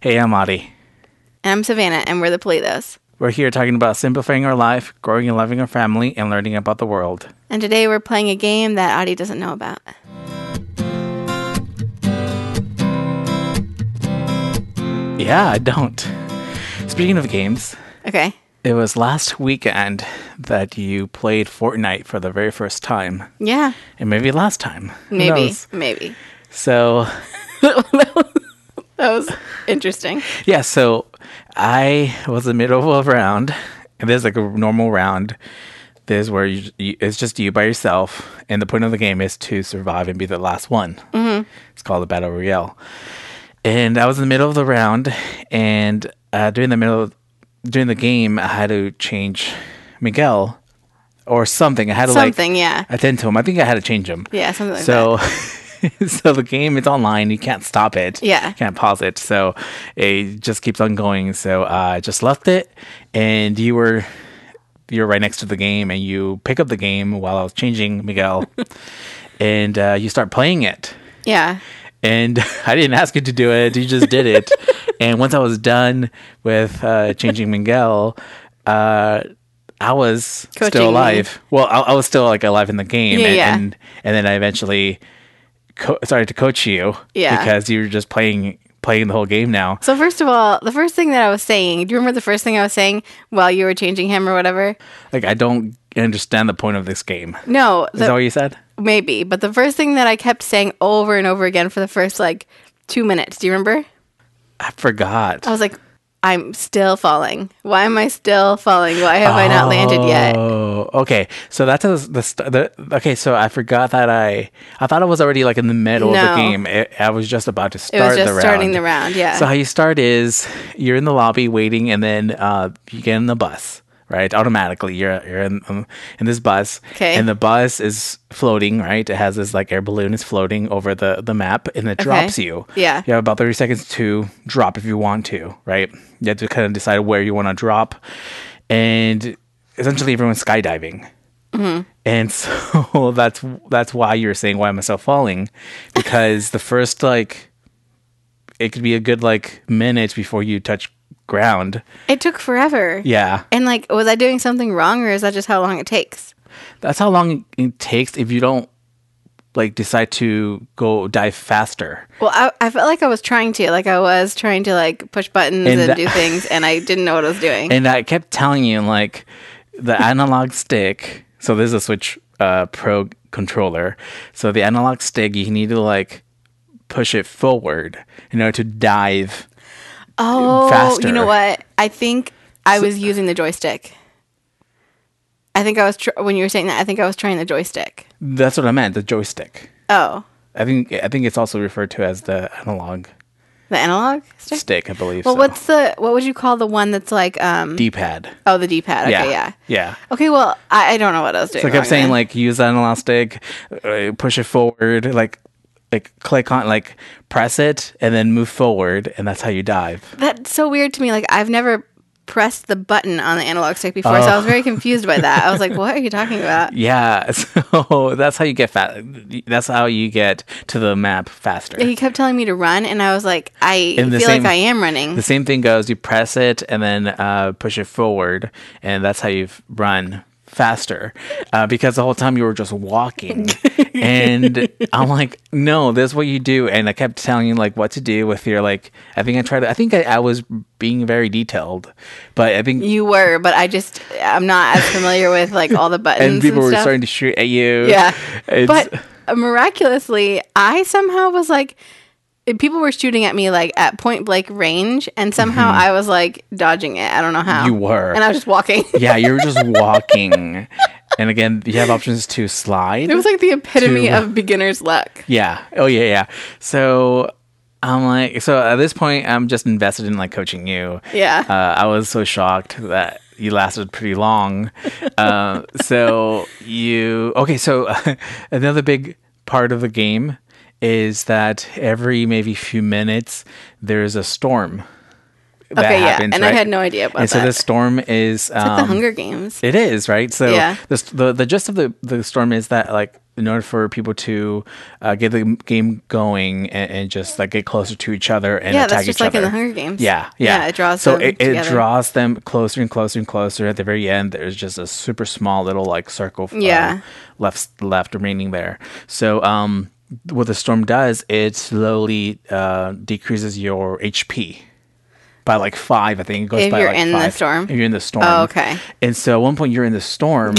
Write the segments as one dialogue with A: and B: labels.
A: Hey, I'm Adi.
B: And I'm Savannah, and we're the Politos.
A: We're here talking about simplifying our life, growing and loving our family, and learning about the world.
B: And today we're playing a game that Adi doesn't know about.
A: Yeah, I don't. Speaking of games,
B: Okay.
A: it was last weekend that you played Fortnite for the very first time,
B: Yeah.
A: and maybe last time. Who
B: Maybe.
A: knows?
B: Maybe.
A: So,
B: That was interesting.
A: yeah, so I was in the middle of a round, and there's like a normal round. There's where you, you, it's just you by yourself, and the point of the game is to survive and be the last one. Mm-hmm. It's called the Battle Royale. And I was in the middle of the round, and uh, during the middle of, during the game, I had to change Miguel or something. I had to
B: Something,
A: like
B: yeah.
A: attend to him. I think I had to change him.
B: Yeah, something like
A: so, so the game it's online. You can't stop it.
B: Yeah.
A: You can't pause it. So it just keeps on going. So uh, I just left it, and you were you're right next to the game, and you pick up the game while I was changing Miguel, and uh, you start playing it.
B: Yeah.
A: And I didn't ask you to do it. You just did it. and once I was done with uh, changing Miguel, uh, I was
B: Coaching
A: still
B: me.
A: alive. Well, I, I was still like alive in the game.
B: Yeah,
A: and,
B: yeah.
A: and and then I eventually co- started to coach you.
B: Yeah.
A: Because you were just playing playing the whole game now.
B: So, first of all, the first thing that I was saying, do you remember the first thing I was saying while you were changing him or whatever?
A: Like I don't understand the point of this game. Is
B: No, the,
A: that what you said?
B: maybe. But the first thing that I kept saying over and over again for the first like two minutes, do you remember?
A: I forgot.
B: I was like, I'm still falling. Why am I still falling? Why have I not landed yet?
A: Oh, okay. So that's a, the, st- the okay. So I forgot that I I thought I was already like in the middle of the
B: No.
A: game. It, I was just about to
B: It
A: Oh, start
B: was just
A: the
B: starting
A: round.
B: the round. Yeah.
A: So how you start is you're in the lobby waiting, and then uh, you get in the bus. Right, automatically you're you're in um, in this bus,
B: 'Kay.
A: and the bus is floating. Right, it has this like air balloon is floating over the the map, and it drops you.
B: Yeah.
A: you have about thirty seconds to drop if you want to. Right, you have to kind of decide where you want to drop, and essentially everyone's skydiving. And so that's that's why you're saying why am I so falling, because the first like it could be a good like minute before you touch ground.
B: It took forever.
A: Yeah,
B: And like, was I doing something wrong, or is that just how long it takes?
A: that's how long it takes if you don't like decide to go dive faster.
B: Well, I, I felt like I was trying to, like, I was trying to like push buttons
A: And
B: and,
A: that-
B: do things, and I didn't know what I was doing.
A: And I kept telling you like the analog stick. So there's a Switch uh, Pro controller. So the analog stick, you need to like push it forward in order to dive.
B: oh,
A: faster.
B: you know what? I think I was using the joystick. I think I was tr- when you were saying that. I think I was trying the joystick.
A: That's what I meant. The joystick.
B: Oh,
A: I think I think it's also referred to as the analog
B: the analog stick.
A: stick. I believe.
B: well,
A: so.
B: what's the what would you call the one that's like um
A: D-pad?
B: oh the D pad? Okay, yeah.
A: yeah.
B: Okay, well I, I don't know what I was doing.
A: So I kept
B: wrong
A: saying
B: then.
A: like use the analog stick, uh, push it forward, like like click on like press it and then move forward, and that's how you dive.
B: That's so weird to me. Like I've never pressed the button on the analog stick before, so I was
A: Oh.
B: very confused by that. I was like, "What are you talking about?"
A: Yeah, so that's how you get fast. That's how you get to the map faster.
B: He kept telling me to run, and I was like, "I
A: And the
B: feel
A: same-
B: like I am running."
A: The same thing goes. You press it and then uh, push it forward, and that's how you f- run faster. Uh, because the whole time you were just walking, and I'm like, no, this is what you do. And I kept telling you like what to do with your like. I think I tried. to- I think I, I was being very detailed, but I think.
B: you were, but I just I'm not as familiar with like all the buttons and,
A: and people were
B: stuff.
A: starting to shoot at you.
B: yeah,
A: It's-
B: but uh, miraculously, I somehow was like. People were shooting at me like at point blank range, and somehow I was like dodging it. I don't know how.
A: Mm-hmm. You were.
B: and I was just walking.
A: yeah, you were just walking, and again, you have options to slide.
B: it was like the epitome
A: To-
B: of beginner's luck.
A: Yeah. Oh yeah, yeah. So I'm like, so at this point, I'm just invested in like coaching you.
B: Yeah.
A: Uh, I was so shocked that you lasted pretty long. uh, so you okay? So another big part of the game is that every maybe few minutes there is a storm. That
B: okay,
A: happens,
B: yeah, and
A: right?
B: I had no idea about
A: And so
B: that.
A: this storm is
B: the
A: um,
B: Hunger Games.
A: it is right. So
B: Yeah.
A: the, the the gist of the the storm is that like in order for people to uh, get the game going and, and just like get closer to each other and
B: yeah,
A: attack
B: that's just
A: each
B: like
A: other.
B: in the Hunger Games.
A: Yeah, yeah.
B: Yeah, it draws
A: So
B: them
A: it, it
B: together.
A: draws them closer and closer and closer. At the very end, there's just a super small little like circle. uh,
B: Yeah.
A: left left remaining there. So um, what the storm does, it slowly uh decreases your HP by like five. I think it goes
B: If
A: by
B: you're
A: like
B: in the
A: five.
B: storm?
A: If you're in the storm.
B: Oh, okay.
A: And so at one point you're in the storm.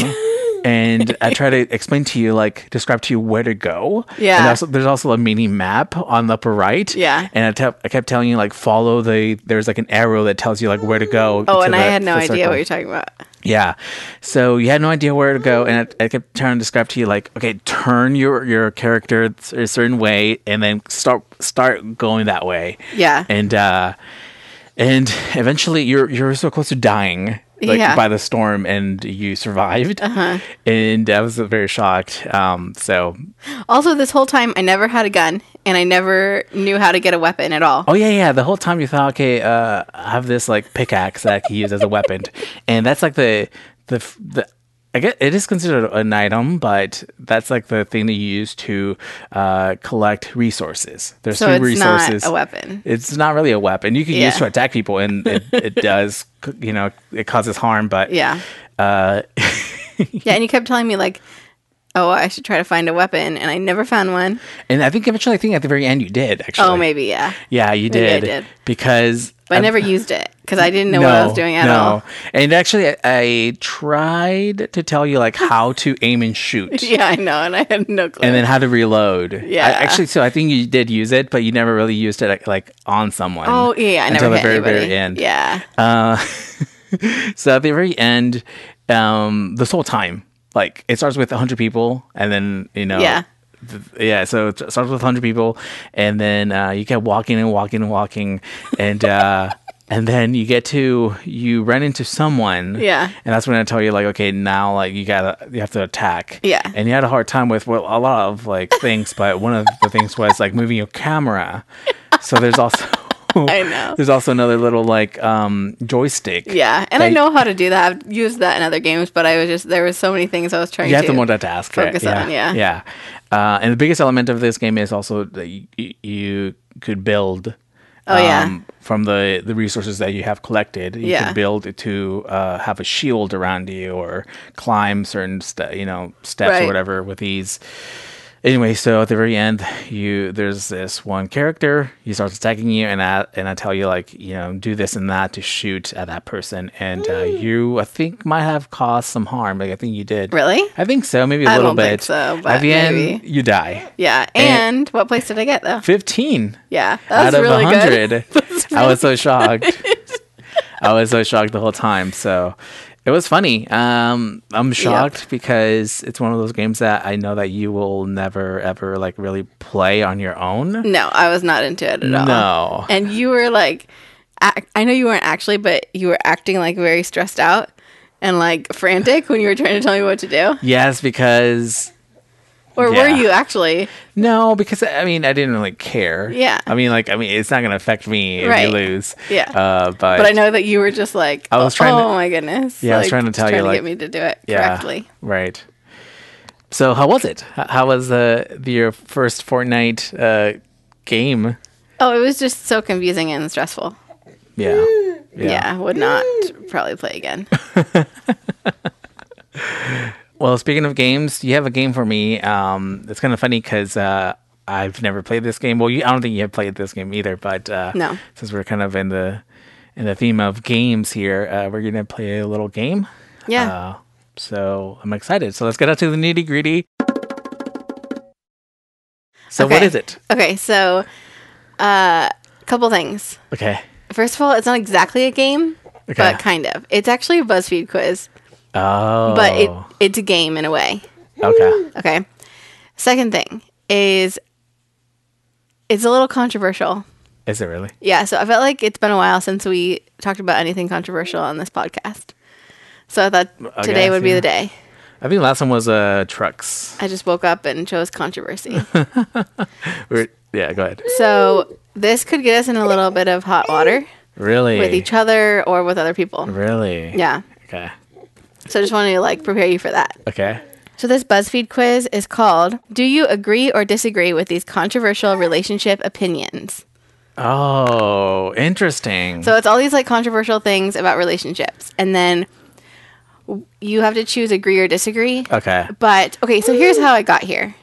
A: And I try to explain to you, like, describe to you where to go.
B: Yeah.
A: And also, there's also a mini map on the upper right.
B: Yeah.
A: And I, te- I kept telling you like follow the there's like an arrow that tells you like where to go.
B: Oh,
A: to
B: and I
A: the-
B: had no
A: the
B: idea what
A: circle.
B: you're talking about.
A: Yeah. So you had no idea where to go, and I, I kept trying to describe to you like, okay, turn your your character th- a certain way, and then start start going that way.
B: Yeah.
A: And uh, and eventually you're you're so close to dying. Like
B: Yeah.
A: by the storm, and you survived, uh-huh. and I was very shocked. Um, so,
B: Also, this whole time I never had a gun and I never knew how to get a weapon at all.
A: oh yeah, yeah. The whole time you thought, okay, uh, I have this like pickaxe that I can use as a weapon, and that's like the the f- the. I guess it is considered an item, but that's like the thing that you use to uh, collect resources. There's
B: So
A: three
B: it's not
A: resources.
B: a weapon.
A: It's not really a weapon. You can
B: Yeah.
A: use to attack people, and it, it does, c- you know, it causes harm. But
B: Yeah.
A: uh,
B: Yeah, and you kept telling me like, "Oh, I should try to find a weapon," and I never found one.
A: and I think eventually, I think at the very end, you did actually.
B: Oh, maybe yeah,
A: Yeah, you
B: Maybe I
A: did.
B: did.
A: Because
B: but I,
A: I-
B: never used it because I didn't know what I was doing at all.
A: And actually, I, I tried to tell you like how to aim and shoot,
B: Yeah, I know, and I had no clue.
A: and then how to reload.
B: Yeah.
A: I- actually, so I think you did use it, but you never really used it like, like on someone.
B: oh yeah, I never
A: until the
B: hit
A: very
B: anybody.
A: very end.
B: Yeah,
A: So at the very end, um, this whole time, like it starts with 100 people, and then you know,
B: Yeah.
A: th- yeah. So it starts with 100 people, and then uh, you kept walking and walking and walking, and uh, and then you get to you run into someone,
B: Yeah.
A: and that's when I tell you like, okay, now like you gotta you have to attack,
B: Yeah.
A: And you had a hard time with well a lot of like things, but one of the things was like moving your camera. So there's also.
B: I know.
A: There's also another little like um joystick.
B: yeah, and I
A: that-
B: know how to do that. I've used that in other games, but I was just there was so many things I was trying
A: you
B: to.
A: have to multitask. right?
B: focus on, yeah.
A: yeah. Uh, and the biggest element of this game is also that you, you could build. um,
B: Oh, yeah.
A: From the the resources that you have collected, you
B: Yeah.
A: can build to uh, have a shield around you or climb certain st- you know steps
B: Right.
A: or whatever with ease. Anyway, so at the very end, you there's this one character. He starts attacking you, and I and I tell you like you know do this and that to shoot at that person, and uh, you I think might have caused some harm. Like I think you did.
B: Mm. Really?
A: I think so, maybe a
B: I
A: little
B: don't
A: bit.
B: think so, but
A: At the end,
B: maybe.
A: you die.
B: Yeah, and, what place did I get though?
A: Fifteen
B: Yeah, that was
A: out of
B: really good.
A: hundred. I was so shocked. I was so shocked the whole time. So it was funny. Um, I'm shocked because it's one of those games that I know that you will never ever like really play on your own.
B: No, I was not into it at all.
A: No.
B: and you were like, ac- I know you weren't actually, but you were acting like very stressed out and like frantic when you were trying to tell me what to do.
A: Yes, because
B: Or were
A: Yeah.
B: you actually?
A: No, because I mean, I didn't really care.
B: Yeah.
A: I mean, like, I mean, it's not going to affect me if
B: Right.
A: you lose.
B: Yeah.
A: Uh, but,
B: But I know that you were just like,
A: I was trying to-
B: Oh my goodness!
A: Yeah, I was
B: Like,
A: trying to
B: just
A: tell you,
B: trying to
A: like-
B: get me to do it
A: yeah,
B: correctly.
A: Right. So, how was it? H- How was the your first Fortnite uh, game?
B: Oh, it was just so confusing and stressful.
A: Yeah.
B: Yeah, would not probably play again.
A: Well, speaking of games, you have a game for me. Um, it's kind of funny because uh, I've never played this game. Well, you, I don't think you have played this game either. But uh,
B: No.
A: since we're kind of in the in the theme of games here, uh, we're gonna play a little game.
B: Yeah.
A: Uh, so I'm excited. So let's get out to the nitty gritty. So what
B: Okay.
A: is it?
B: okay, so a couple things.
A: Okay.
B: First of all, it's not exactly a game,
A: Okay.
B: but kind of. It's actually a BuzzFeed quiz,
A: Oh.
B: but it it's a game in a way.
A: okay.
B: Okay. Second thing is it's a little controversial.
A: Is it really?
B: Yeah, so I felt like it's been a while since we talked about anything controversial on this podcast. So I thought
A: I
B: today
A: guess,
B: would be
A: yeah.
B: the day.
A: I think the last one was uh trucks.
B: I just woke up and chose controversy.
A: We're- yeah. Go ahead.
B: so this could get us in a little bit of hot water
A: Really.
B: with each other or with other people.
A: Really.
B: Yeah.
A: Okay.
B: So I just wanted to like prepare you for that.
A: Okay.
B: So this BuzzFeed quiz is called "Do you agree or disagree with these controversial relationship opinions?"
A: Oh, interesting.
B: So it's all these like controversial things about relationships, and then w- you have to choose agree or disagree.
A: okay.
B: But okay, so here's how I got here.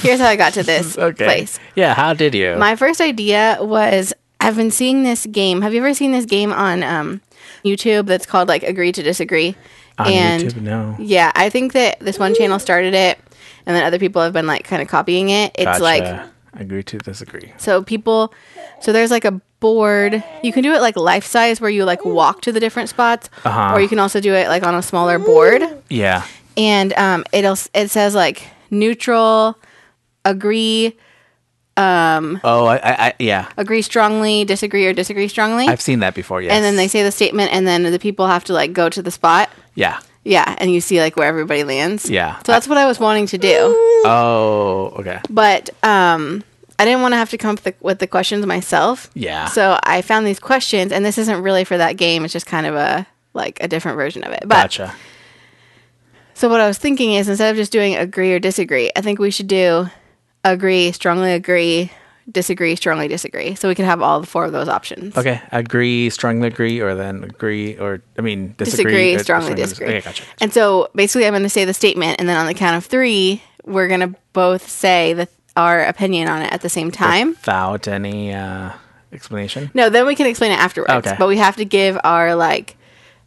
B: Here's how I got to this
A: Okay.
B: place.
A: Yeah, how did you?
B: My first idea was I've been seeing this game. Have you ever seen this game on um, YouTube that's called like agree to disagree?
A: On
B: and
A: YouTube, no.
B: yeah, I think that this one channel started it and then other people have been like kind of copying it. It's
A: Gotcha.
B: like
A: agree to disagree.
B: so people so there's like a board. You can do it like life size where you like walk to the different spots
A: Uh-huh.
B: or you can also do it like on a smaller board
A: Yeah.
B: and um it'll it says like neutral, agree, Mm.
A: Oh, I, I, I yeah.
B: agree strongly, disagree or disagree strongly.
A: I've seen that before. Yes.
B: and then they say the statement and then the people have to like go to the spot
A: Yeah.
B: yeah and you see like where everybody lands
A: Yeah.
B: so that's what i was wanting to do
A: Oh, okay.
B: but um i didn't want to have to come up with the, with the questions myself
A: Yeah.
B: so i found these questions and this isn't really for that game it's just kind of a like a different version of it but
A: Gotcha.
B: so what i was thinking is instead of just doing agree or disagree i think we should do agree strongly agree disagree strongly disagree so we could have all the four of those options
A: Okay. Agree, strongly agree, or then agree, or I mean, disagree.
B: disagree,
A: or
B: strongly disagree.
A: Okay, gotcha.
B: And so basically, I'm going to say the statement, and then on the count of three, we're going to both say the, our opinion on it at the same time.
A: Without any uh, explanation.
B: No, then we can explain it afterwards.
A: Okay.
B: But we have to give our like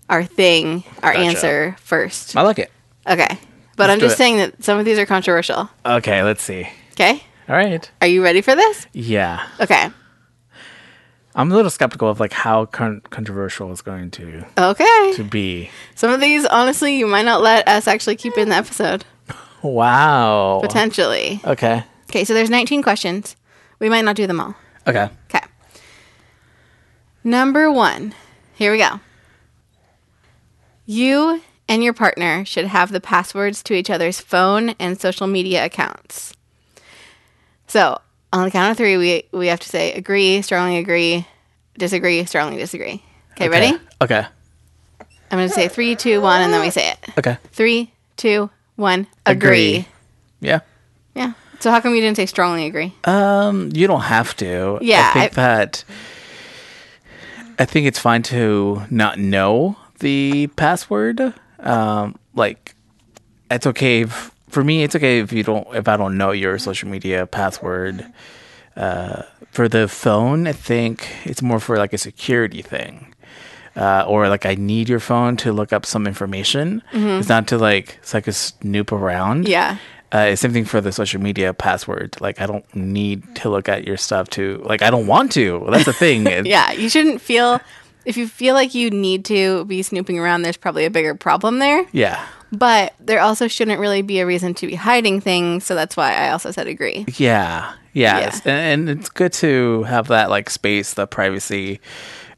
B: our thing, our
A: Gotcha.
B: answer first.
A: I like it.
B: Okay. But I'm
A: do
B: just
A: it.
B: saying that some of these are controversial.
A: Okay, let's see.
B: Okay.
A: All right.
B: Are you ready for this?
A: Yeah.
B: Okay.
A: I'm a little skeptical of like how con- controversial it's going to
B: Okay.
A: to be.
B: Some of these, honestly, you might not let us actually keep in the episode
A: Wow.
B: potentially.
A: Okay.
B: Okay. So there's 19 questions. We might not do them all.
A: Okay.
B: Okay. Number one. Here we go. You and your partner should have the passwords to each other's phone and social media accounts. So, on the count of three, we, we have to say agree, strongly agree, disagree, strongly disagree. Okay, ready?
A: Okay.
B: I'm going to say three, two, one, and then we say it.
A: Okay.
B: Three, two, one,
A: Agree.
B: agree.
A: Yeah.
B: Yeah. So, how come you didn't say strongly agree?
A: Um, you don't have to.
B: Yeah,
A: I think
B: I-
A: that I think it's fine to not know the password. Um, like it's okay if, for me it's okay if you don't if I don't know your social media password. Uh for the phone, I think it's more for like a security thing. Uh, or like I need your phone to look up some information.
B: Mm-hmm.
A: It's not to like it's like a snoop around.
B: Yeah.
A: Uh, it's same thing for the social media password. Like, I don't need to look at your stuff to, like, I don't want to. That's the thing. It's-
B: Yeah, you shouldn't feel if you feel like you need to be snooping around, there's probably a bigger problem there.
A: Yeah.
B: But there also shouldn't really be a reason to be hiding things, so that's why I also said agree.
A: Yeah. Yeah. It's- and, and it's good to have that, like, space, the privacy.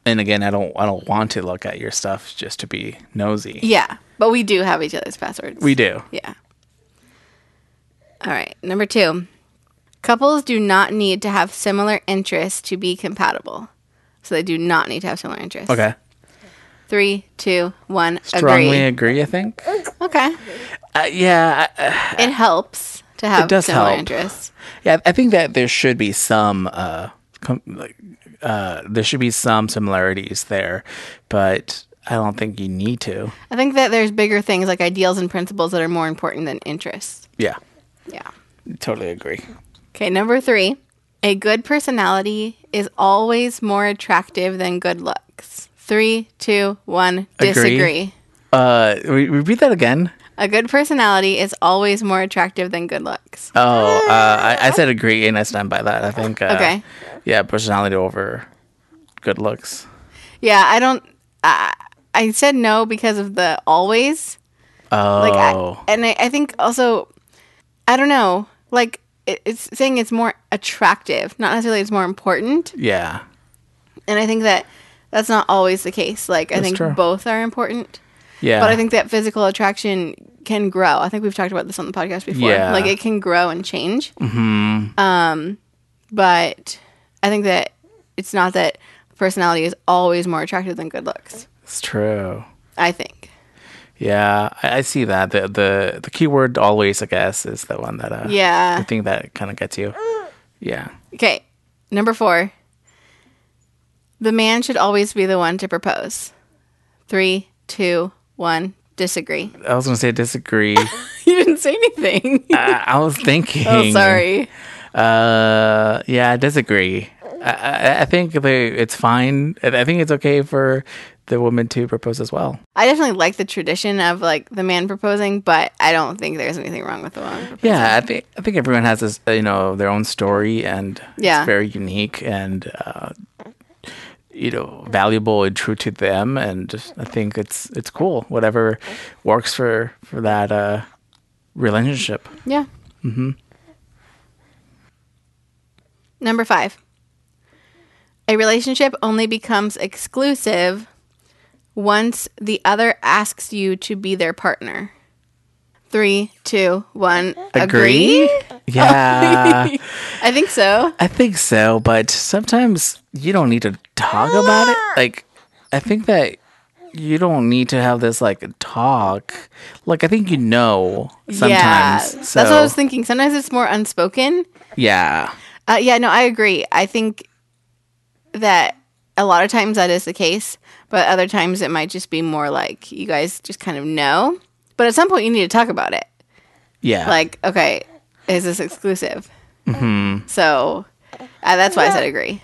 A: And again, I don't, I don't want to look at your stuff just to be nosy.
B: Yeah. But we do have each other's passwords.
A: We do.
B: Yeah. All right. Number 2. Couples do not need to have similar interests to be compatible. So they do not need to have similar interests.
A: Okay.
B: Three, two, one.
A: Strongly
B: agree.
A: agree, I think.
B: Okay.
A: Uh, yeah. I,
B: It helps to have
A: does
B: similar
A: help.
B: interests.
A: Yeah, I think that there should be some uh, com- like, uh, there should be some similarities there, but I don't think you need to.
B: I think that there's bigger things like ideals and principles that are more important than interests.
A: Yeah,
B: Yeah.
A: totally agree.
B: Okay, number three. A good personality is always more attractive than good looks. Three, two, one,
A: Agree.
B: disagree.
A: Uh, re- repeat that again.
B: A good personality is always more attractive than good looks.
A: Oh, uh, I, I said agree, and I stand by that. I think. Uh,
B: Okay.
A: Yeah, personality over good looks.
B: Yeah, I don't. I, I said no because of the always.
A: Oh,
B: Like, I, and I, I think also, I don't know. Like, it, it's saying it's more attractive, not necessarily it's more important.
A: yeah,
B: And I think that that's not always the case. Like, I think
A: true.
B: both are important.
A: yeah.
B: But I think that physical attraction can grow. I think we've talked about this on the podcast before.
A: Yeah.
B: Like, it can grow and change. Mm-hmm. Um, but I think that it's not that personality is always more attractive than good looks.
A: it's true.
B: I think.
A: Yeah, I, I see that. The the the keyword always, I guess, is the one that uh
B: Yeah.
A: the thing that kind of gets you. Yeah.
B: Okay. Number four. The man should always be the one to propose. Three, two, one. Disagree.
A: I was going to say disagree.
B: You didn't say anything.
A: I, I was thinking
B: oh, sorry.
A: Uh, yeah, I disagree. I, I, I think they, it's fine. I I think it's okay for the woman to propose as well.
B: I definitely like the tradition of like the man proposing, but I don't think there's anything wrong with the woman. proposing.
A: Yeah, I think I think everyone has this, uh, you know, their own story, and
B: Yeah.
A: it's very unique and uh, you know valuable and true to them. And just- I think it's it's cool. Whatever works for for that uh, relationship.
B: Yeah. Mm-hmm. Number five. A relationship only becomes exclusive once the other asks you to be their partner. Three, two, one.
A: Yeah.
B: I think so.
A: I think so, but sometimes you don't need to talk about it. Like, I think that you don't need to have this like talk. Like, I think you know sometimes.
B: yeah.
A: So,
B: That's what I was thinking. Sometimes it's more unspoken.
A: yeah,
B: Uh, yeah, no, I agree. I think that a lot of times that is the case, but other times it might just be more like you guys just kind of know. But at some point, you need to talk about it.
A: yeah,
B: Like, okay, is this exclusive? Mm-hmm. So uh, that's why I said agree.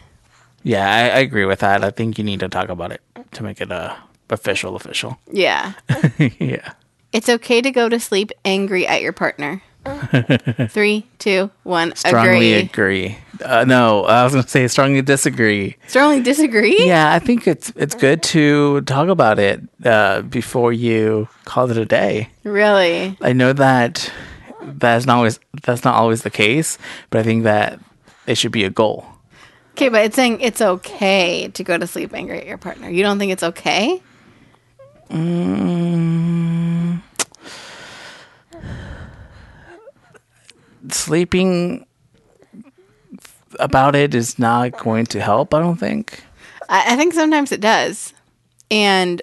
A: yeah. I, I agree with that. I think you need to talk about it to make it uh, official, official.
B: Yeah.
A: yeah.
B: It's okay to go to sleep angry at your partner. Three, two, one,
A: Strongly
B: agree.
A: agree. Uh, no, I was gonna say strongly disagree.
B: Strongly disagree?
A: Yeah, I think it's it's good to talk about it uh, before you call it a day.
B: Really?
A: I know that that's not always that's not always the case, but I think that it should be a goal.
B: Okay, but it's saying it's okay to go to sleep angry at your partner. You don't think it's okay?
A: Sleeping about it is not going to help. I don't think.
B: I, I think sometimes it does. And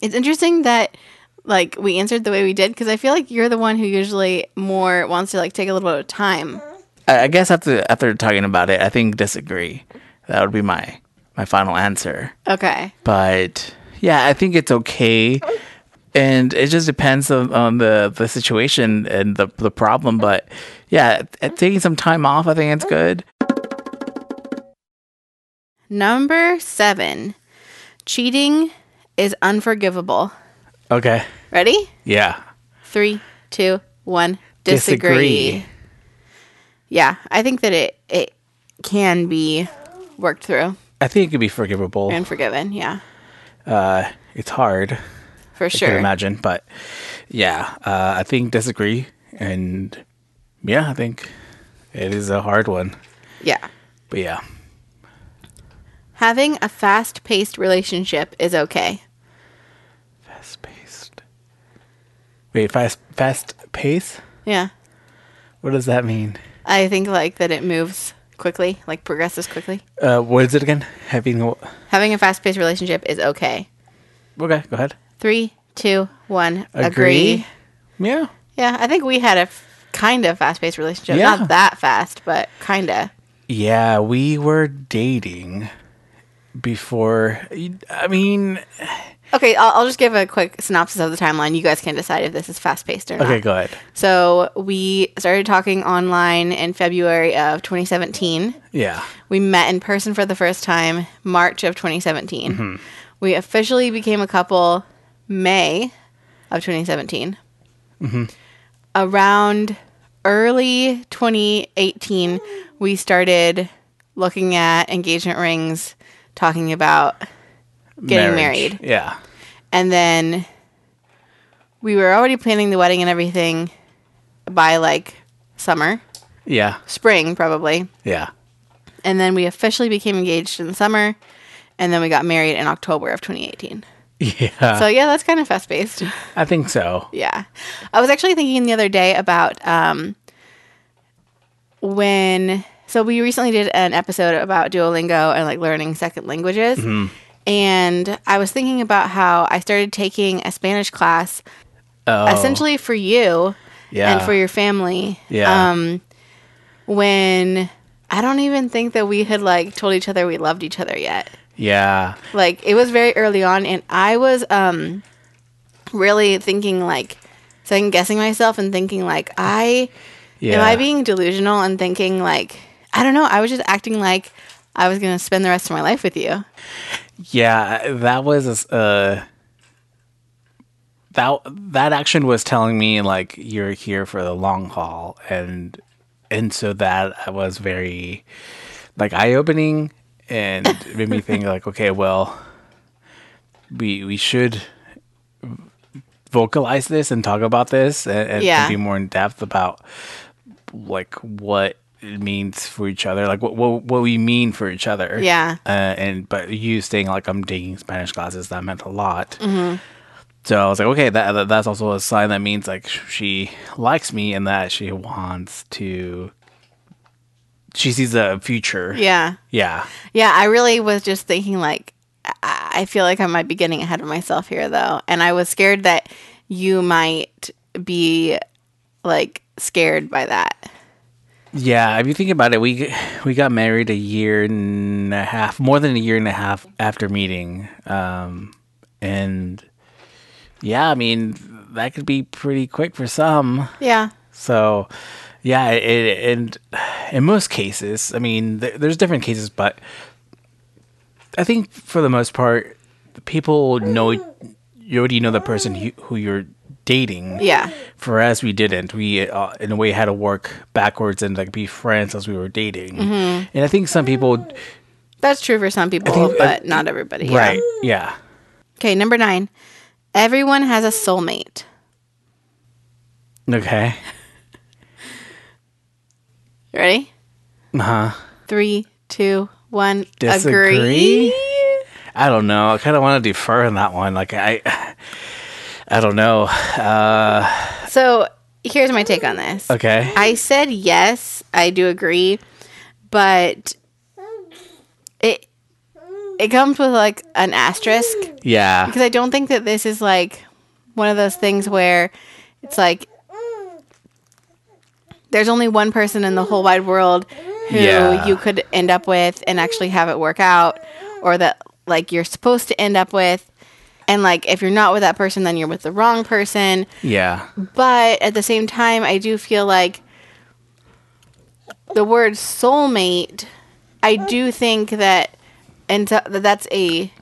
B: it's interesting that like we answered the way we did because I feel like you're the one who usually more wants to like take a little bit of time.
A: I, I guess after after talking about it, I think disagree. That would be my my final answer.
B: Okay.
A: But yeah, I think it's okay. And it just depends on, on the, the situation and the, the problem. But yeah, t- taking some time off, I think it's good.
B: Number seven, cheating is unforgivable.
A: Okay.
B: Ready?
A: Yeah.
B: Three, two, one. Disagree.
A: Disagree.
B: Yeah, I think that it it can be worked through
A: I think it could be forgivable.
B: and forgiven. Yeah,
A: Uh, it's hard,
B: for
A: I can
B: sure.
A: imagine, but yeah, uh, I think disagree, and yeah, I think it is a hard one.
B: Yeah.
A: But yeah,
B: Having a fast paced relationship is okay.
A: fast paced. Wait, fast fast pace?
B: Yeah.
A: What does that mean?
B: I think like that it moves quickly, like progresses quickly.
A: Uh, what is it again? Having a,
B: Having a fast paced relationship is okay.
A: okay, go ahead.
B: Three, two, one, agree.
A: Yeah,
B: Yeah, I think we had a f- kind of fast paced relationship.
A: Yeah.
B: Not that fast, but kind of.
A: yeah. We were dating before. I mean,
B: Okay, I'll, I'll just give a quick synopsis of the timeline. You guys can decide if this is fast paced or not.
A: okay, go ahead.
B: So we started talking online in February of 2017.
A: Yeah,
B: We met in person for the first time March of 2017. We officially became a couple May of 2017. Around early 2018, we started looking at engagement rings, talking about Getting married.
A: Yeah,
B: and then we were already planning the wedding and everything by like summer,
A: yeah,
B: spring probably.
A: yeah.
B: And then we officially became engaged in the summer. And then we got married in October of 2018.
A: Yeah,
B: So, yeah, that's kind of fast paced.
A: I think so.
B: yeah. I was actually thinking the other day about um,
A: Mm-hmm.
B: when. So, we recently did an episode about Duolingo and like learning second languages. And I was thinking about how I started taking a Spanish class
A: Oh,
B: essentially for you
A: yeah.
B: and for your family.
A: Yeah.
B: Um, when I don't even think that we had like told each other we loved each other yet.
A: yeah.
B: Like it was very early on, and I was um really thinking like second guessing myself and thinking like I
A: Yeah.
B: am I being delusional and thinking like I don't know. I was just acting like I was gonna spend the rest of my life with you.
A: Yeah, that was uh that that action was telling me like you're here for the long haul and and so that was very like eye opening and made me think like okay, well we we should vocalize this and talk about this and, and
B: Yeah.
A: be more in depth about like what it means for each other like what what, what we mean for each other
B: Yeah.
A: uh, and but you saying like i'm taking spanish classes that meant a lot so i was like okay that, that that's also a sign that means like sh- she likes me and that she wants to she sees a future
B: Yeah.
A: yeah
B: Yeah, I really was just thinking like I- I feel like I might be getting ahead of myself here though, and I was scared that you might be like scared by that.
A: Yeah, if you think about it, we g- we got married a year and a half, more than a year and a half after meeting, um, and yeah, I mean that could be pretty quick for some.
B: Yeah.
A: So, yeah, it, it, and in most cases, I mean, th- there's different cases, but I think for the most part, people know you already know the person who, who you're dating.
B: Yeah.
A: For us, we didn't. We, uh, in a way, had to work backwards and like be friends as we were dating.
B: Mm-hmm.
A: And I think some people,
B: That's true for some people,
A: think-
B: but not everybody. yeah.
A: right? Yeah.
B: Okay, number 9. Everyone has a soulmate.
A: Okay.
B: Ready?
A: Uh huh.
B: Three, two, one.
A: Disagree?
B: Agree.
A: I don't know. I kind of want to defer on that one. Like I, I don't know.
B: So, here's my take on this.
A: Okay.
B: I said yes, I do agree, but it it comes with like an asterisk
A: Yeah.
B: because I don't think that this is like one of those things where it's like there's only one person in the whole wide world who
A: Yeah.
B: you could end up with and actually have it work out or that like you're supposed to end up with and like if you're not with that person then you're with the wrong person
A: Yeah.
B: but at the same time, I do feel like the word soulmate, I do think that and so, that that's a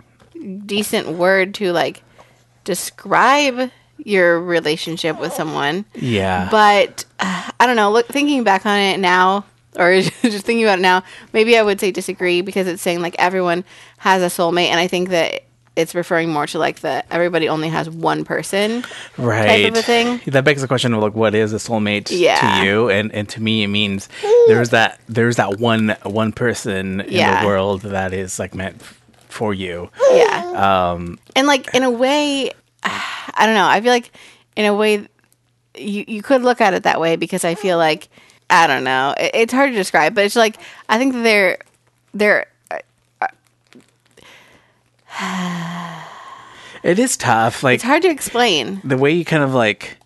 B: decent word to like describe your relationship with someone.
A: Yeah.
B: But uh, I don't know, look thinking back on it now or just thinking about it now, maybe I would say disagree because it's saying like everyone has a soulmate and I think that it's referring more to like the everybody only has one person.
A: right.
B: of a thing.
A: That begs the question of like what is a soulmate
B: Yeah.
A: to you? And and to me it means there's that there's that one one person in
B: Yeah.
A: the world that is like meant f- for you.
B: Yeah. Um, and like in a way, I don't know. I feel like in a way, you you could look at it that way because I feel like I don't know. It, it's hard to describe, but it's like I think that they're they're
A: It is tough. Like
B: it's hard to explain.
A: the way you kind of like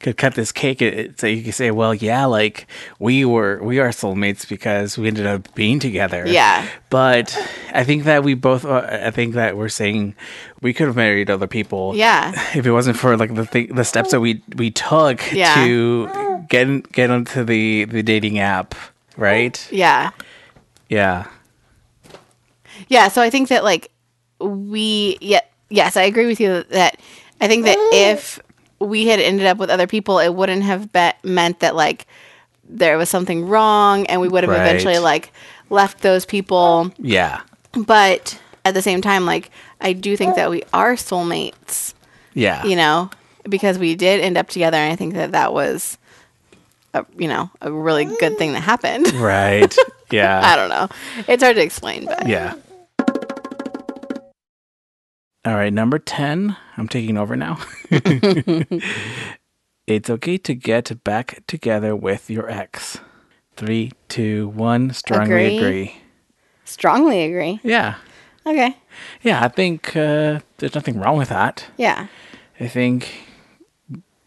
A: could cut this cake it, it- so you could say well yeah like we were we are soulmates because we ended up being together
B: Yeah.
A: but i think that we both are, i think that we're saying we could have married other people
B: Yeah.
A: if it wasn't for like the thing, the steps that we we took
B: Yeah.
A: to get get onto the the dating app right
B: Yeah.
A: yeah
B: Yeah, so I think that like we yeah yes, I agree with you that I think that if we had ended up with other people, it wouldn't have be- meant that like there was something wrong and we would have
A: Right.
B: eventually like left those people.
A: yeah
B: But at the same time, like I do think that we are soulmates,
A: yeah
B: you know, because we did end up together and I think that that was a, you know, a really good thing that happened.
A: right
B: I
A: yeah
B: don't know. It's hard to explain, but
A: yeah all right number 10 i'm taking over now it's okay to get back together with your ex three two one strongly
B: Agree.
A: agree
B: strongly agree.
A: yeah
B: Okay.
A: Yeah, I think uh, there's nothing wrong with that.
B: Yeah.
A: I think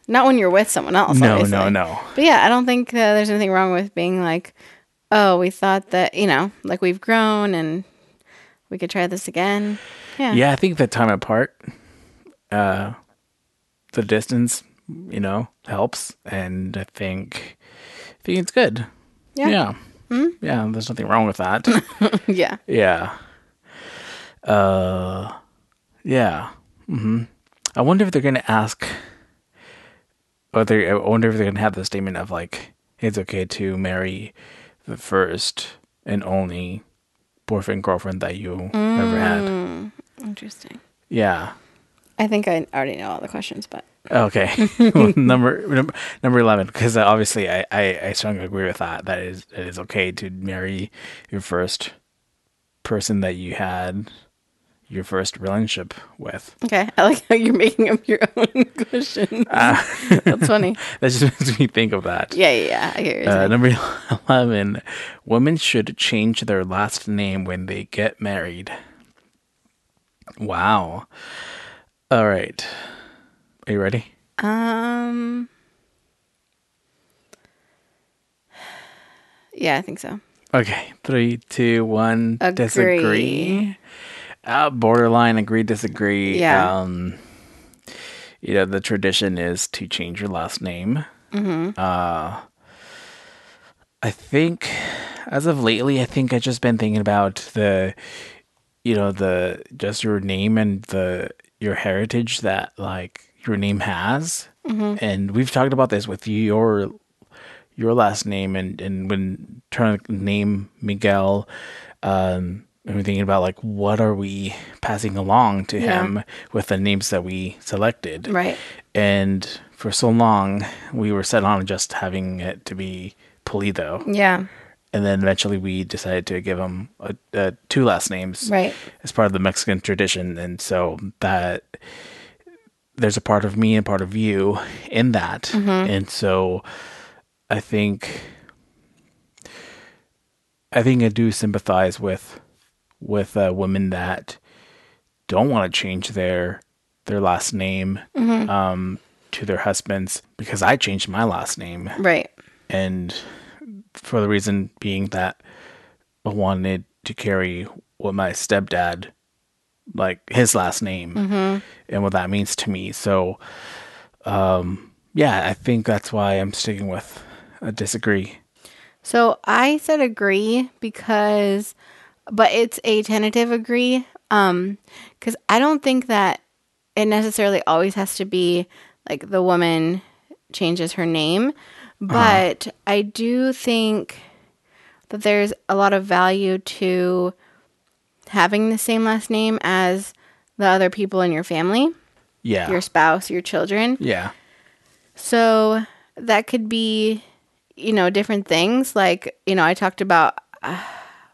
B: Not when you're with someone else.
A: no,
B: obviously.
A: no, no.
B: But yeah, I don't think uh, there's anything wrong with being like, oh, we thought that, you know, like we've grown and we could try this again. Yeah.
A: Yeah, I think the time apart, uh, the distance, you know, helps, and I think I think it's good.
B: Yeah. Hmm?
A: yeah, yeah there's nothing wrong with that.
B: yeah.
A: Yeah. Uh, yeah. hmm I wonder if they're gonna ask, or they. I wonder if they're gonna have the statement of like, it's okay to marry the first and only boyfriend girlfriend that you ever had.
B: Mm. Interesting.
A: Yeah.
B: I think I already know all the questions, but
A: Okay. Well, number number number eleven, because obviously I, I I strongly agree with that. That is it is okay to marry your first person that you had your first relationship with.
B: okay. I like how you're making up your own questions.
A: Ah.
B: That's funny.
A: That just makes me think of that.
B: Yeah, yeah, yeah. I hear you.
A: Uh, number eleven, women should change their last name when they get married. Wow. All right. Are you ready?
B: um. Yeah, I think so.
A: Okay, three, two, one.
B: Agree.
A: Disagree. Uh, borderline agree, disagree.
B: Yeah.
A: Um, you know the tradition is to change your last name. Uh,
B: Mm-hmm.
A: I think as of lately, I think I've just been thinking about the, you know, the just your name and the your heritage that like your name has,
B: Mm-hmm.
A: and we've talked about this with your your last name and and when trying to name Miguel, um, and we're thinking about like what are we passing along to
B: Yeah.
A: him with the names that we selected,
B: Right.
A: And for so long, we were set on just having it to be Pulido,
B: Yeah.
A: and then eventually we decided to give him a, a, two last names,
B: Right.
A: as part of the Mexican tradition. And so that there's a part of me and part of you in that. And so I think I think I do sympathize with with uh, women that don't want to change their their last name um, to their husbands because I changed my last name
B: Right.
A: and for the reason being that I wanted to carry what my stepdad, like his last name,
B: Mm-hmm.
A: and what that means to me. So, um, yeah, I think that's why I'm sticking with a disagree.
B: So I said agree because, but it's a tentative agree. Um, because I don't think that it necessarily always has to be like the woman changes her name, but I do think that there's a lot of value to having the same last name as the other people in your family,
A: Yeah.
B: your spouse, your children.
A: yeah.
B: So that could be, you know, different things. Like, you know, I talked about uh,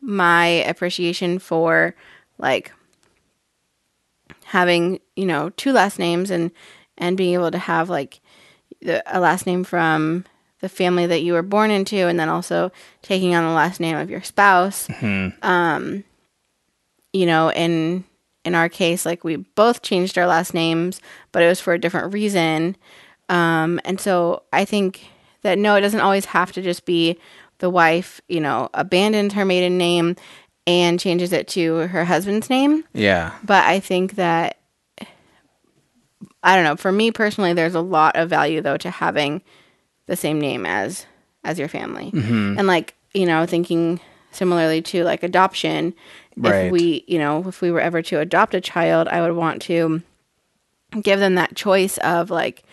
B: my appreciation for like having, you know, two last names and and being able to have like the, a last name from the family that you were born into and then also taking on the last name of your spouse. Um you know, in in our case like we both changed our last names, but it was for a different reason. Um, and so I think that no, it doesn't always have to just be the wife, you know, abandons her maiden name and changes it to her husband's name.
A: Yeah.
B: But I think that, I don't know, for me personally, there's a lot of value though to having the same name as as your family. And like, you know, thinking similarly to like adoption,
A: Right.
B: if we, you know, if we were ever to adopt a child, I would want to give them that choice of like,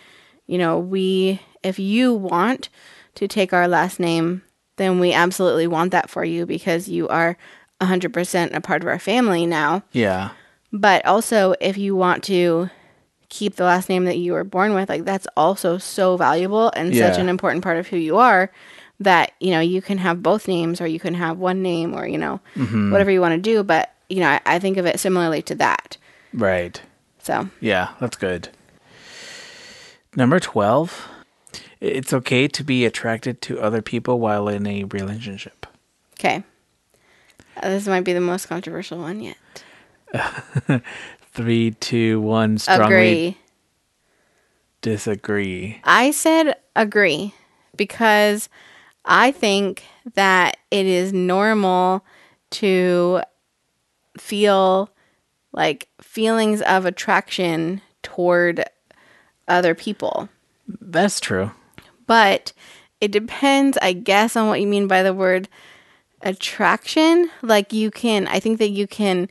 B: you know, we if you want to take our last name, then we absolutely want that for you because you are 100% a part of our family now.
A: Yeah.
B: But also, if you want to keep the last name that you were born with, like that's also so valuable and such
A: Yeah.
B: an important part of who you are that, you know, you can have both names or you can have one name or, you know, whatever you want to do. But, you know, I, I think of it similarly to that.
A: Right.
B: So,
A: Yeah. That's good. Number 12. It's okay to be attracted to other people while in a relationship.
B: okay. Uh, This might be the most controversial one yet.
A: Three, two, one. Strongly
B: Agree.
A: disagree.
B: I said agree because I think that it is normal to feel like feelings of attraction toward other people.
A: That's true.
B: But it depends, I guess, on what you mean by the word attraction. Like, you can, I think that you can,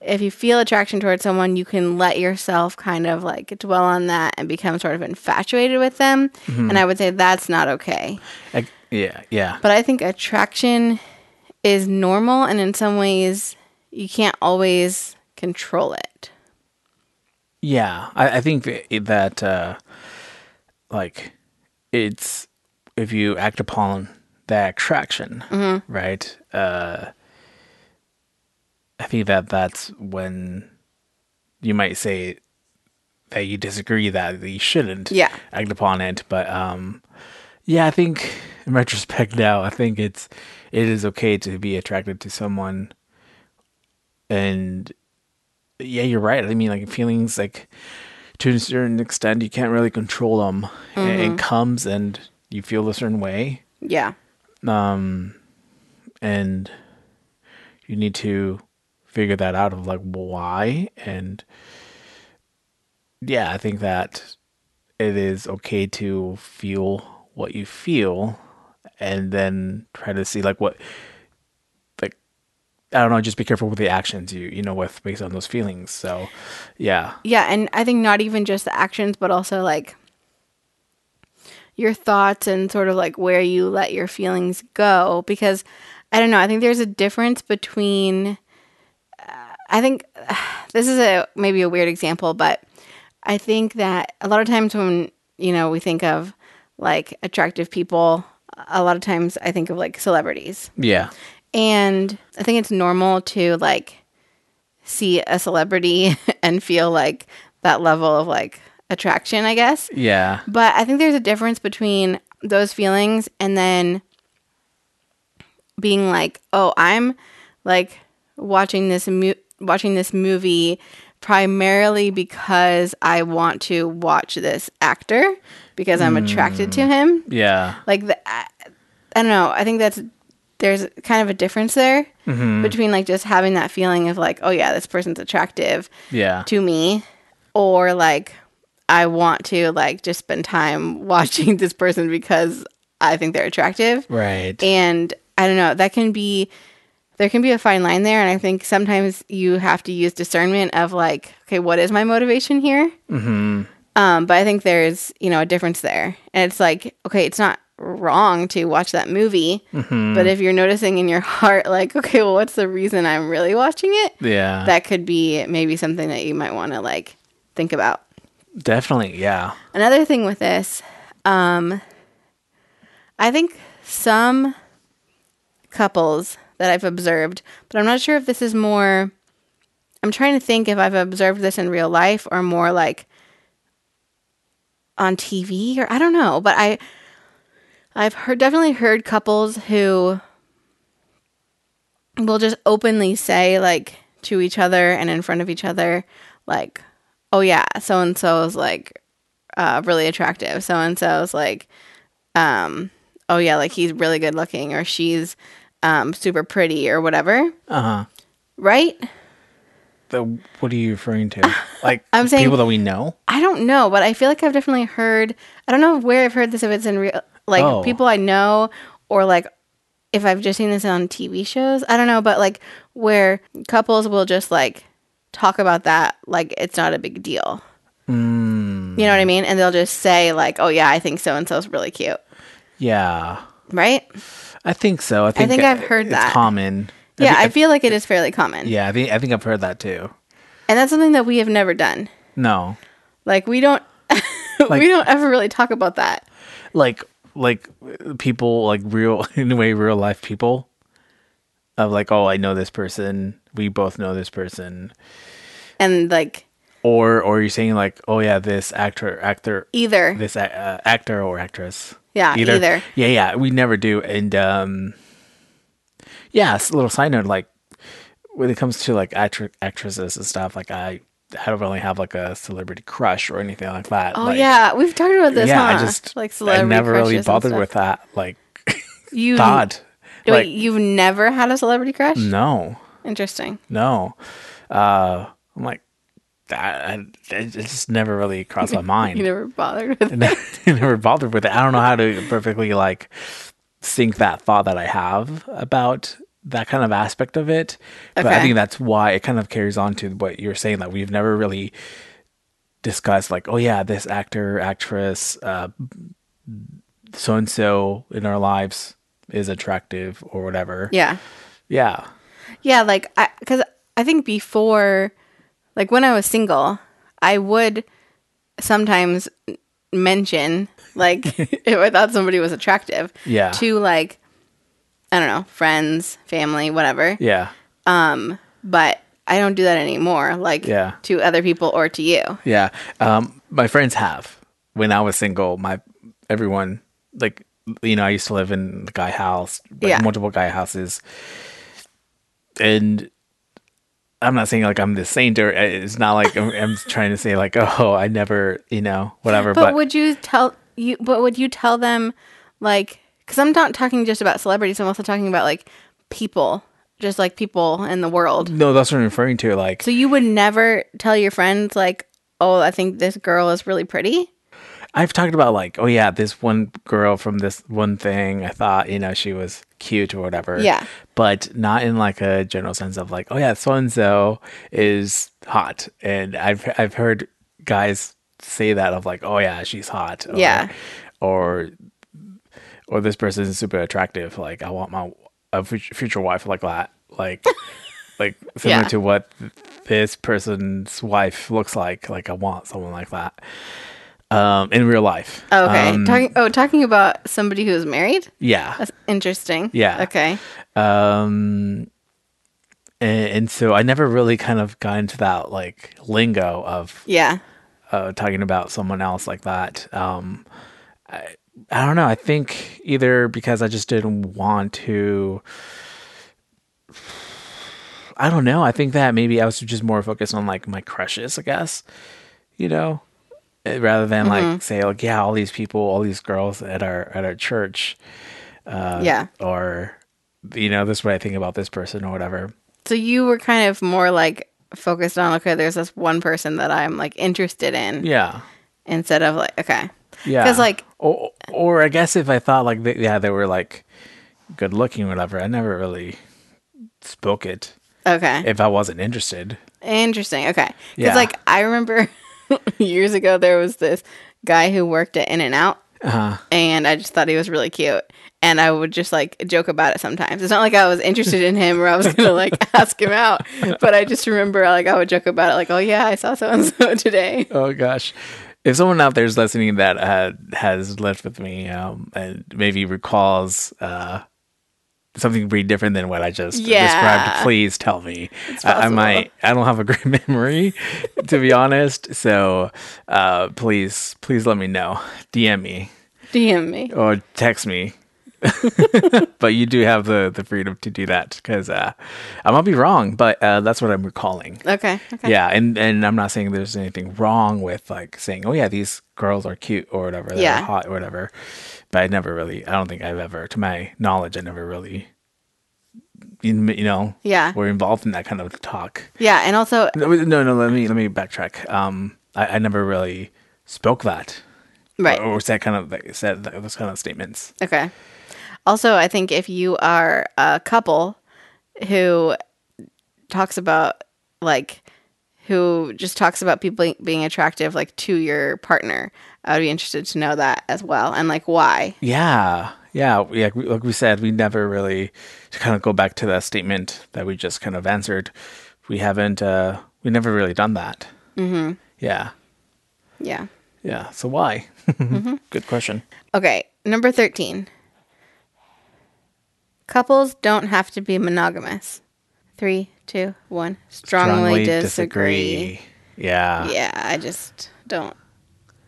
B: if you feel attraction towards someone, you can let yourself kind of like dwell on that and become sort of infatuated with them. And I would say that's not okay.
A: I, yeah, yeah.
B: But I think attraction is normal, and in some ways, you can't always control it.
A: Yeah, I, I think that, that uh, like it's if you act upon that attraction, right? Uh, I think that that's when you might say that you disagree that you shouldn't
B: Yeah.
A: act upon it, but um, yeah, I think in retrospect now, I think it's it is okay to be attracted to someone and yeah, you're right. I mean, like feelings, like to a certain extent, you can't really control them. It, it comes and you feel a certain way,
B: Yeah.
A: and you need to figure that out of like why. And yeah, I think that it is okay to feel what you feel, and then try to see like what like. I don't know. Just be careful with the actions you you know with based on those feelings. So, yeah.
B: Yeah, and I think not even just the actions, but also like your thoughts and sort of like where you let your feelings go. Because I don't know, I think there's a difference between. uh, I think this is a maybe a weird example, but I think that a lot of times when you know we think of like attractive people, a lot of times I think of like celebrities.
A: Yeah.
B: And I think it's normal to like see a celebrity and feel like that level of like attraction, I guess.
A: Yeah.
B: But I think there's a difference between those feelings and then being like, "Oh, I'm like watching this mu- watching this movie primarily because I want to watch this actor because I'm attracted to him."
A: Yeah.
B: like the, I, I don't know i think that's there's kind of a difference there between like just having that feeling of like oh yeah this person's attractive
A: Yeah.
B: to me or like i want to like just spend time watching this person because i think they're attractive
A: right.
B: and i don't know that can be there can be a fine line there and i think sometimes you have to use discernment of like okay what is my motivation here mm-hmm. um, but i think there's you know a difference there and it's like okay it's not wrong to watch that movie but if you're noticing in your heart like okay well what's the reason i'm really watching it
A: yeah.
B: that could be maybe something that you might want to like think about
A: Definitely. Yeah.
B: another thing with this um i think some couples that i've observed but i'm not sure if this is more i'm trying to think if i've observed this in real life or more like on tv or i don't know but i i've heard definitely heard couples who will just openly say like to each other and in front of each other like oh yeah so and so is like uh, really attractive. So and so's like, um, oh yeah, like he's really good looking, or she's um, super pretty, or whatever.
A: Uh huh.
B: Right?
A: The, what are you referring to? Like
B: I'm saying-
A: people that we know.
B: I don't know, but I feel like I've definitely heard. I don't know where I've heard this. If it's in real, like
A: Oh.
B: people I know, or like if I've just seen this on TV shows. I don't know, but like where couples will just like talk about that like it's not a big deal. You know what I mean? And they'll just say like, "Oh yeah, I think so and so's really cute."
A: Yeah,
B: Right?
A: I think so. I think,
B: think I've heard
A: it's
B: that.
A: common. I
B: Yeah,
A: think-
B: I feel like it is fairly common.
A: yeah. I think I think I've heard that too.
B: And that's something that we have never done.
A: No,
B: Like we don't we don't ever really talk about that.
A: like like people like real in a way real life people of like oh I know this person we both know this person
B: And like
A: or or you're saying like oh yeah this actor actor
B: either
A: this a- uh, actor or actress.
B: Yeah, either.
A: Yeah, yeah, we never do. And um, yeah, s- a little side note, like when it comes to like actri- actresses and stuff, like I, I don't really have like a celebrity crush or anything like that.
B: Oh
A: like,
B: yeah, we've talked about this.
A: yeah.
B: huh?
A: I just
B: like
A: I
B: celebrity.
A: never really
B: crushes and
A: bothered
B: stuff. Mm-hmm.
A: with that. Like
B: you.
A: thought,
B: Wait,
A: like
B: you've never had a celebrity crush?
A: no,
B: Interesting.
A: no. Uh, I'm like, I, I, it just never really crossed my mind.
B: You never bothered with it.
A: never bothered with it. I don't know how to perfectly like sync that thought that I have about that kind of aspect of it. But I
B: Okay.
A: think that's why it kind of carries on to what you're saying that we've never really discussed like, oh yeah, this actor, actress, uh so and so in our lives is attractive or whatever.
B: Yeah.
A: Yeah.
B: Yeah, like I cuz I think before like when I was single, I would sometimes n- mention like if I thought somebody was attractive
A: Yeah.
B: to like I don't know, friends, family, whatever.
A: Yeah.
B: But I don't do that anymore like
A: Yeah.
B: to other people or to you.
A: Yeah. Um, my friends have. When I was single, my everyone like you know, I used to live in the guy house, like
B: Yeah.
A: multiple guy houses. And I'm not saying like I'm the saint or uh, it's not like I'm, I'm trying to say like, oh, I never, you know, whatever.
B: But,
A: But,
B: would you tell you? But would you tell them like? Because I'm not talking just about celebrities. I'm also talking about like people, just like people in the world.
A: no, that's what I'm referring to. Like,
B: So you would never tell your friends like, "Oh, I think this girl is really pretty."
A: I've talked about like, oh yeah, this one girl from this one thing, I thought, you know, she was cute or whatever.
B: Yeah.
A: But not in like a general sense of like, oh yeah, so and so is hot. And I've I've heard guys say that of like, oh yeah, she's hot. Or,
B: Yeah.
A: Or or this person is super attractive. Like I want my a fu- future wife like that. Like like similar
B: Yeah.
A: to what this person's wife looks like. Like I want someone like that. Um, in real life.
B: Oh, okay.
A: Um,
B: talking. Oh, talking about somebody who is married.
A: yeah.
B: That's interesting.
A: Yeah.
B: Okay.
A: Um, and, and so I never really kind of got into that like lingo of
B: Yeah.
A: uh, talking about someone else like that. Um, I, I don't know. I think either because I just didn't want to. I don't know. I think that maybe I was just more focused on like my crushes, I guess, you know, eh, rather than
B: Mm-hmm.
A: like say like yeah, all these people, all these girls at our at our church, Uh,
B: yeah.
A: or you know, this is what I think about this person or whatever.
B: So you were kind of more like focused on okay, there's this one person that I'm like interested in
A: Yeah.
B: instead of like okay.
A: Yeah.
B: 'Cause, like-
A: or, or I guess if I thought like, they, yeah, they were like good looking, or whatever. I never really spoke it
B: Okay.
A: if I wasn't interested.
B: Interesting. Okay. Because,
A: Yeah.
B: like, I remember years ago there was this guy who worked at In N Out,
A: Uh,
B: and I just thought he was really cute. And I would just like joke about it sometimes. It's not like I was interested in him or I was gonna like ask him out, but I just remember like I would joke about it, like, "Oh yeah, I saw so and so today."
A: oh gosh, if someone out there is listening that uh, has lived with me um, and maybe recalls uh, something pretty different than what I just
B: Yeah.
A: described, please tell me. I, I might. I don't have a great memory, to be honest. So uh, please, please let me know. DM me.
B: DM me.
A: or text me. but you do have the the freedom to do that because uh, I might be wrong, but uh, that's what I'm recalling.
B: Okay. Okay.
A: Yeah, and and I'm not saying there's anything wrong with like saying, oh yeah, these girls are cute or whatever, they're
B: Yeah.
A: hot or whatever. But I never really, I don't think I've ever, to my knowledge, I never really, you you know,
B: Yeah.
A: were involved in that kind of talk.
B: Yeah. And also,
A: No, no, no. Let me let me backtrack. Um, I, I never really spoke that
B: right.
A: or said kind of like, said those kind of statements.
B: Okay. Also, I think if you are a couple who talks about like who just talks about people being attractive like to your partner, I would be interested to know that as well and like why.
A: Yeah, yeah. we- Like we, like we said, we never really to kind of go back to that statement that we just kind of answered. We haven't. uh We never really done that. Mm-hmm. Yeah,
B: Yeah.
A: yeah. So why? Good question.
B: Okay, number 13. Couples don't have to be monogamous. Three, two, one. Strongly, disagree.
A: Yeah.
B: Yeah, I just don't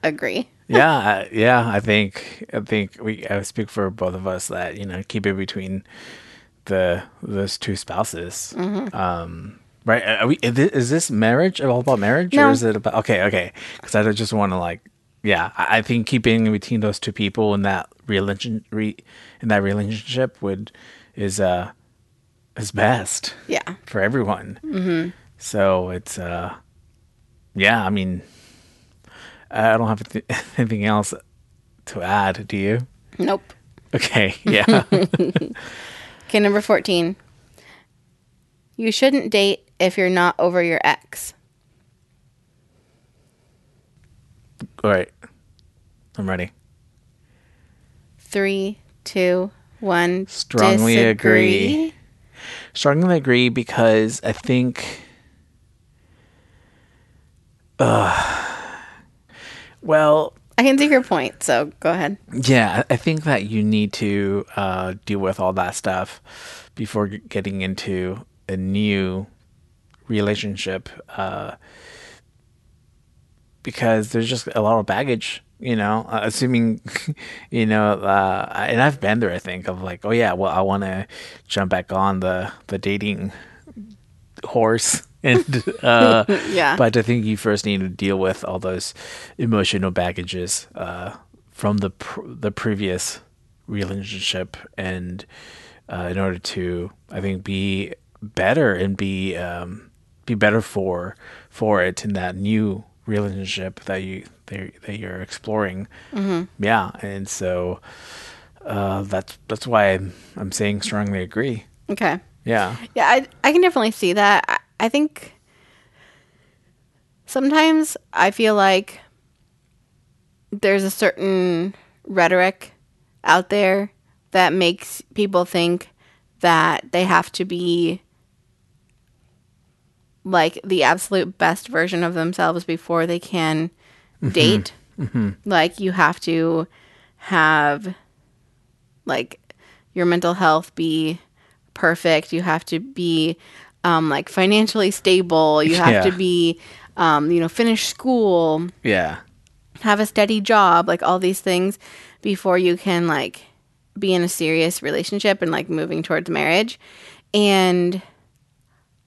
B: agree.
A: yeah, I- yeah. I think I think we I speak for both of us that you know keep it between the those two spouses. Um, right? Are we? Is thi- is this marriage all about marriage,
B: No.
A: or is it about? Okay, okay. Because I just want to like, yeah. I, I think keeping in between those two people in that religion, re, in that relationship would is uh is best
B: Yeah.
A: for everyone. Mm-hmm. So it's uh, yeah. I mean, I don't have th- anything else to add. Do you?
B: Nope.
A: Okay. Yeah.
B: Okay, number 14. You shouldn't date if you're not over your ex.
A: all right. I'm ready.
B: Three, two, one.
A: Strongly agree.
B: disagree.
A: strongly agree because I think. Ugh. uh, well,
B: I can see your point, so go ahead.
A: yeah, I I think that you need to uh, deal with all that stuff before g- getting into a new relationship uh, because there's just a lot of baggage, you know. Uh, assuming, you know, uh, I- and I've been there. I think of like, oh yeah, well, I want to jump back on the the dating horse and uh
B: Yeah.
A: but i think you first need to deal with all those emotional baggages uh from the pr- the previous relationship and uh in order to i think be better and be um be better for for it in that new relationship that you that that you're exploring yeah and so uh that's that's why i'm i'm saying strongly agree
B: Okay.
A: yeah
B: Yeah, I, I can definitely see that. I, I think sometimes I feel like there's a certain rhetoric out there that makes people think that they have to be like the absolute best version of themselves before they can date. Like, you have to have like your mental health be perfect. You have to be um, like financially stable. You have
A: Yeah.
B: to be, um, you know, finish school,
A: yeah
B: have a steady job, like all these things before you can like be in a serious relationship and like moving towards marriage. And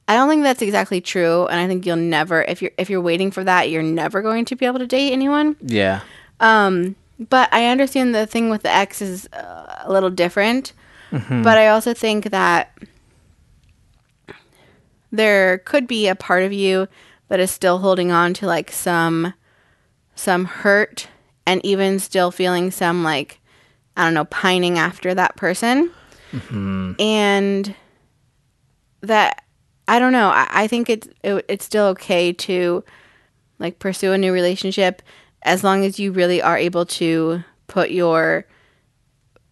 B: I don't think that's exactly true. And I think you'll never, if you're if you're waiting for that, you're never going to be able to date anyone.
A: yeah
B: But I understand the thing with the ex is uh, a little different. But I also think that there could be a part of you that is still holding on to like some some hurt and even still feeling some like I don't know pining after that person. And that I don't know. I, I think it's it, it's still okay to like pursue a new relationship as long as you really are able to put your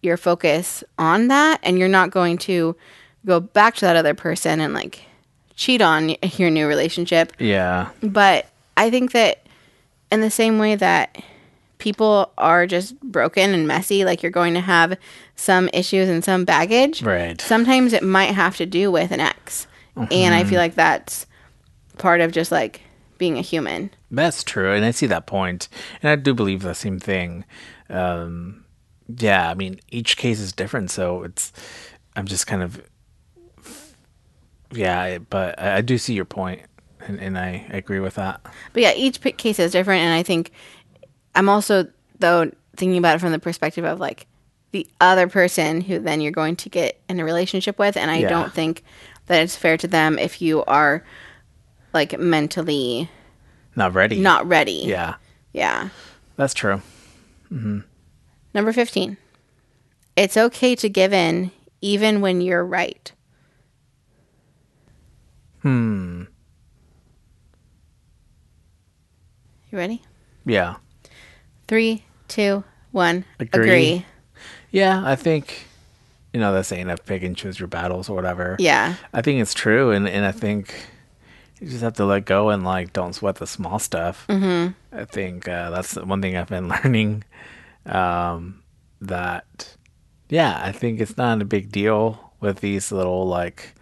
B: your focus on that and you're not going to go back to that other person and like cheat on y- your new relationship
A: yeah
B: but i think that in the same way that people are just broken and messy like you're going to have some issues and some baggage
A: Right.
B: sometimes it might have to do with an ex and i feel like that's part of just like being a human
A: That's true, and I see that point, and I do believe the same thing. Um, yeah, I mean, each case is different, so it's. I'm just kind of. Yeah, I- but I, I do see your point, and, and I agree with that.
B: But yeah, each p- case is different, and I think I'm also though thinking about it from the perspective of like the other person who then you're going to get in a relationship with, and I
A: Yeah.
B: don't think that it's fair to them if you are like mentally
A: Not ready.
B: not ready.
A: Yeah,
B: Yeah.
A: that's true.
B: Number 15. It's okay to give in even when you're right. Hmm. You ready?
A: Yeah,
B: Three, two, one.
A: Agree.
B: Agree.
A: yeah. I think, you know, that saying of pick and choose your battles or whatever.
B: Yeah.
A: I think it's true, and and I think you just have to let go and like don't sweat the small stuff. Mm-hmm. I think uh, that's the one thing I've been learning. Um, that yeah, I think it's not a big deal with these little like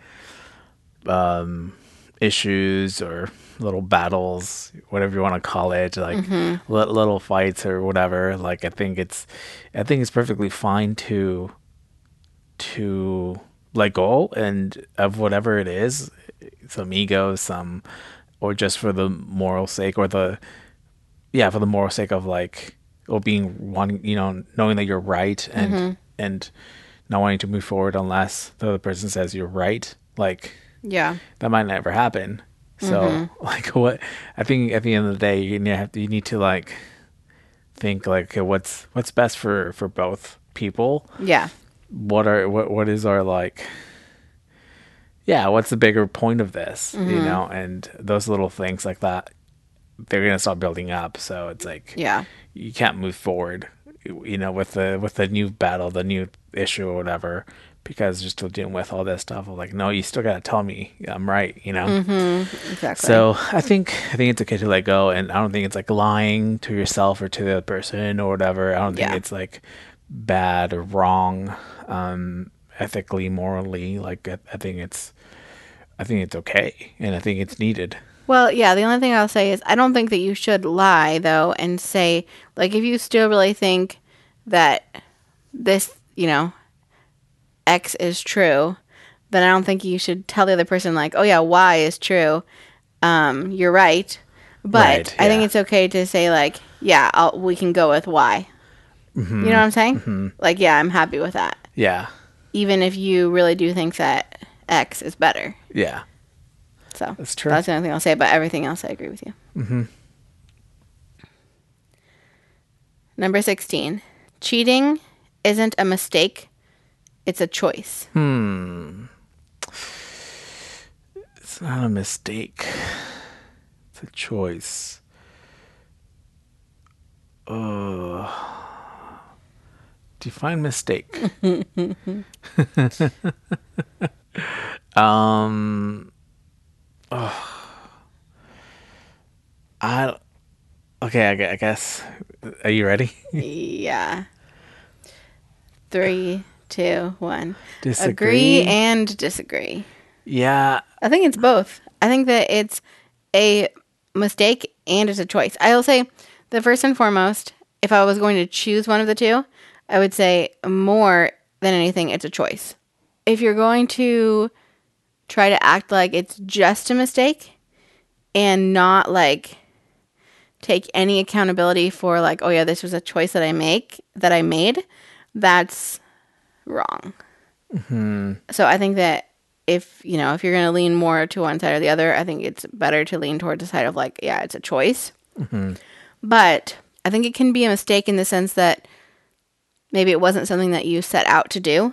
A: um issues or little battles whatever you want to call it like li- little fights or whatever like i think it's i think it's perfectly fine to to like goal and of whatever it is, some ego, some, or just for the moral sake or the, yeah, for the moral sake of like, or being wanting, you know, knowing that you're right and, and not wanting to move forward unless the other person says you're right. Like,
B: Yeah.
A: that might never happen. So like what I think at the end of the day you need to have to, you need to like think like okay, what's what's best for for both people.
B: Yeah.
A: What are what what is our like yeah, what's the bigger point of this? You know, and those little things like that they're going to start building up. So it's like
B: Yeah.
A: you can't move forward you know with the with the new battle the new issue or whatever because you're still dealing with all this stuff of like no you still gotta tell me i'm right you know
B: Exactly.
A: so i think i think it's okay to let go and i don't think it's like lying to yourself or to the other person or whatever i don't think
B: Yeah.
A: it's like bad or wrong um ethically morally like i, I think it's i think it's okay and i think it's needed
B: Well, yeah, the only thing I'll say is I don't think that you should lie though and say like if you still really think that this, you know, X is true, then I don't think you should tell the other person like, "Oh yeah, Y is true." Um, you're right. But
A: Right,
B: I think
A: yeah.
B: it's okay to say like, "Yeah, I'll, we can go with Y."
A: Mm-hmm.
B: You know what I'm saying? Like, yeah, I'm happy with that.
A: yeah
B: Even if you really do think that X is better.
A: yeah
B: So
A: That's true.
B: That's the only thing I'll say. But everything else, I agree with you. Mm-hmm. Number sixteen, cheating isn't a mistake; it's a choice.
A: Hmm. It's not a mistake. It's a choice. Oh. Define mistake. um. Oh. I. Okay, I, gue- I guess. Are you ready?
B: yeah. Three, two, one.
A: Disagree?
B: Agree and disagree.
A: yeah.
B: I think it's both. I think that it's a mistake and it's a choice. I'll say the first and foremost, if I was going to choose one of the two, I would say more than anything, it's a choice. If you're going to try to act like it's just a mistake and not like take any accountability for like, oh yeah, this was a choice that I make that I made, that's wrong. So I think that if you know if you're going to lean more to one side or the other, I think it's better to lean towards the side of like, yeah, it's a choice. But I think it can be a mistake in the sense that maybe it wasn't something that you set out to do.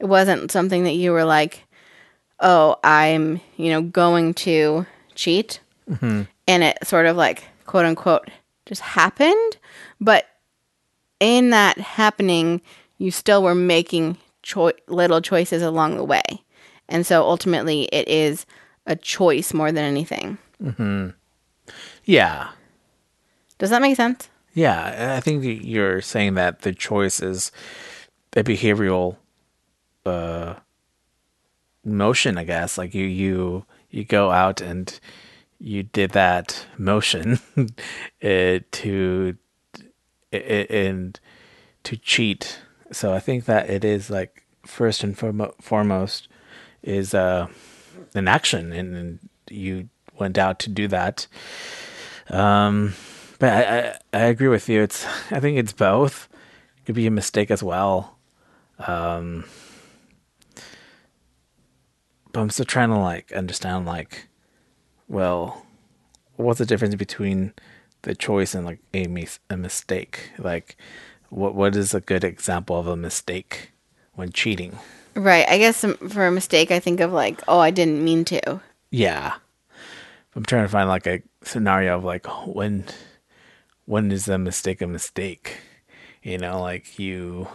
B: It wasn't something that you were like, oh, I'm you know going to cheat, and it sort of like quote unquote just happened, but in that happening, you still were making choi- little choices along the way. And so ultimately, it is a choice more than anything.
A: Yeah.
B: Does that make sense?
A: Yeah, I I think that you're saying that the choice is a behavioral uh, motion, I guess. Like you, you, you go out and you did that motion uh, to i- i- and to cheat. So I think that it is like first and foremo- foremost is uh, an action, and, and you went out to do that. Um, but I, I I agree with you. It's I think it's both. It could be a mistake as well. Um, but I'm still trying to like understand like, well, what's the difference between the choice and like a mis- a mistake? Like, what what is a good example of a mistake when cheating?
B: Right. I guess um, for a mistake, I think of like, oh, I didn't mean to.
A: Yeah. I'm trying to find like a scenario of like when when is a mistake a mistake? You know, like you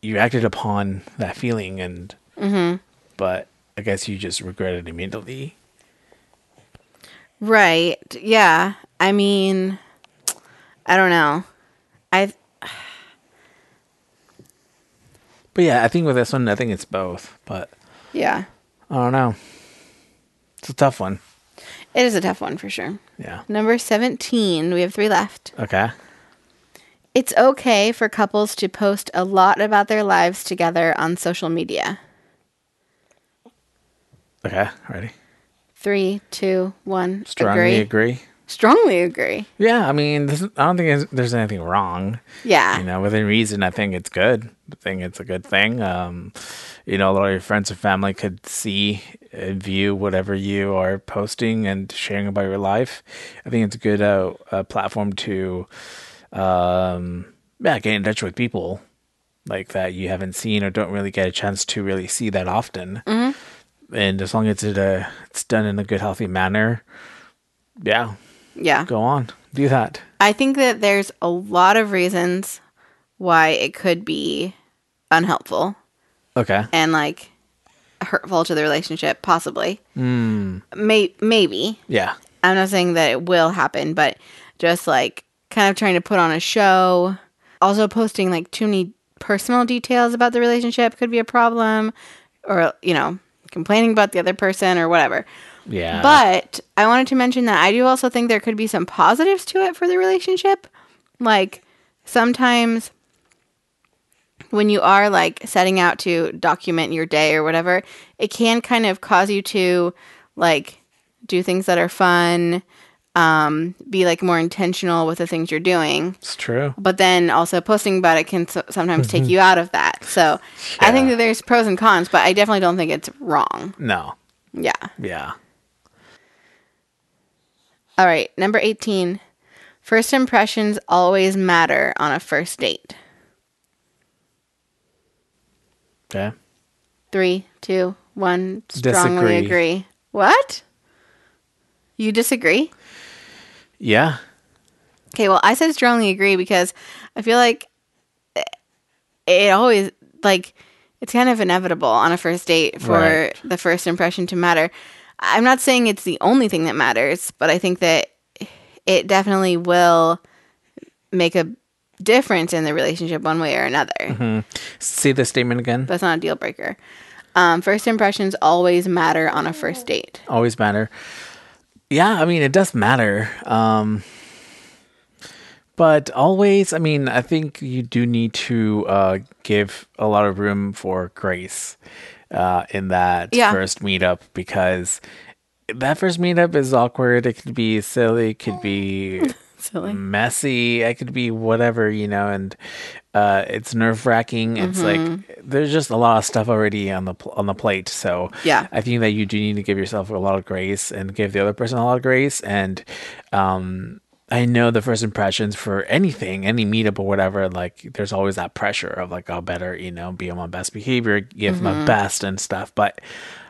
A: you acted upon that feeling and but I guess you just regret it immediately.
B: Right. Yeah. I mean, I don't know. I
A: But yeah, I think with this one I think it's both, but
B: yeah.
A: I don't know. It's a tough one.
B: It is a tough one for sure.
A: Yeah.
B: Number 17, we have 3 left.
A: Okay.
B: It's okay for couples to post a lot about their lives together on social media.
A: Okay, ready?
B: Three, two, one.
A: Strongly
B: agree.
A: agree.
B: Strongly agree. Yeah,
A: I mean, this, I don't think there's- there's anything wrong.
B: Yeah.
A: You know, within reason, I think it's good. I think it's a good thing. Um, you know, a lot of your friends and family could see and view whatever you are posting and sharing about your life. I think it's a good uh, uh, platform to, um, yeah, get in touch with people like that you haven't seen or don't really get a chance to really see that often. And as long as it uh, it's done in a good, healthy manner, yeah,
B: Yeah.
A: go on, do that.
B: I think that there's a lot of reasons why it could be unhelpful
A: Okay.
B: and like hurtful to the relationship, possibly.
A: Hmm.
B: May- maybe.
A: Yeah.
B: I'm not saying that it will happen, but just like kind of trying to put on a show. Also, posting like too many personal details about the relationship could be a problem, or, you know, complaining about the other person or whatever.
A: Yeah.
B: But I wanted to mention that I do also think there could be some positives to it for the relationship. Like sometimes when you are like setting out to document your day or whatever, it can kind of cause you to like do things that are fun, um, be like more intentional with the things you're doing.
A: it's true.
B: But then also posting about it can so- sometimes take you out of that. So I think
A: Yeah.
B: that there's pros and cons, but I definitely don't think it's wrong.
A: No.
B: Yeah.
A: Yeah.
B: All right, number 18. First impressions always matter on a first date.
A: Okay.
B: Three, two, one. Strongly
A: Disagree.
B: agree. What? You disagree?
A: Yeah.
B: Okay, well, I said strongly agree because I feel like it always, like, it's kind of inevitable on a first date for
A: Right.
B: the first impression to matter. I'm not saying it's the only thing that matters, but I think that it definitely will make a difference in the relationship one way or another.
A: Mm-hmm. See the statement again.
B: That's not a deal breaker. Um, first impressions always matter on a first date.
A: Always matter. Yeah, I mean it does matter. Um but always, I mean, I think you do need to uh give a lot of room for grace uh in that
B: Yeah.
A: first meetup because that first meetup is awkward. It could be silly, it could be
B: Silly.
A: messy. I could be whatever, you know, and uh, it's nerve wracking. It's like there's just a lot of stuff already on the pl- on the plate. So
B: Yeah.
A: I think that you do need to give yourself a lot of grace and give the other person a lot of grace. And um, I know the first impressions for anything, any meetup or whatever, like there's always that pressure of like I'll better, you know, be on my best behavior, give my best and stuff. But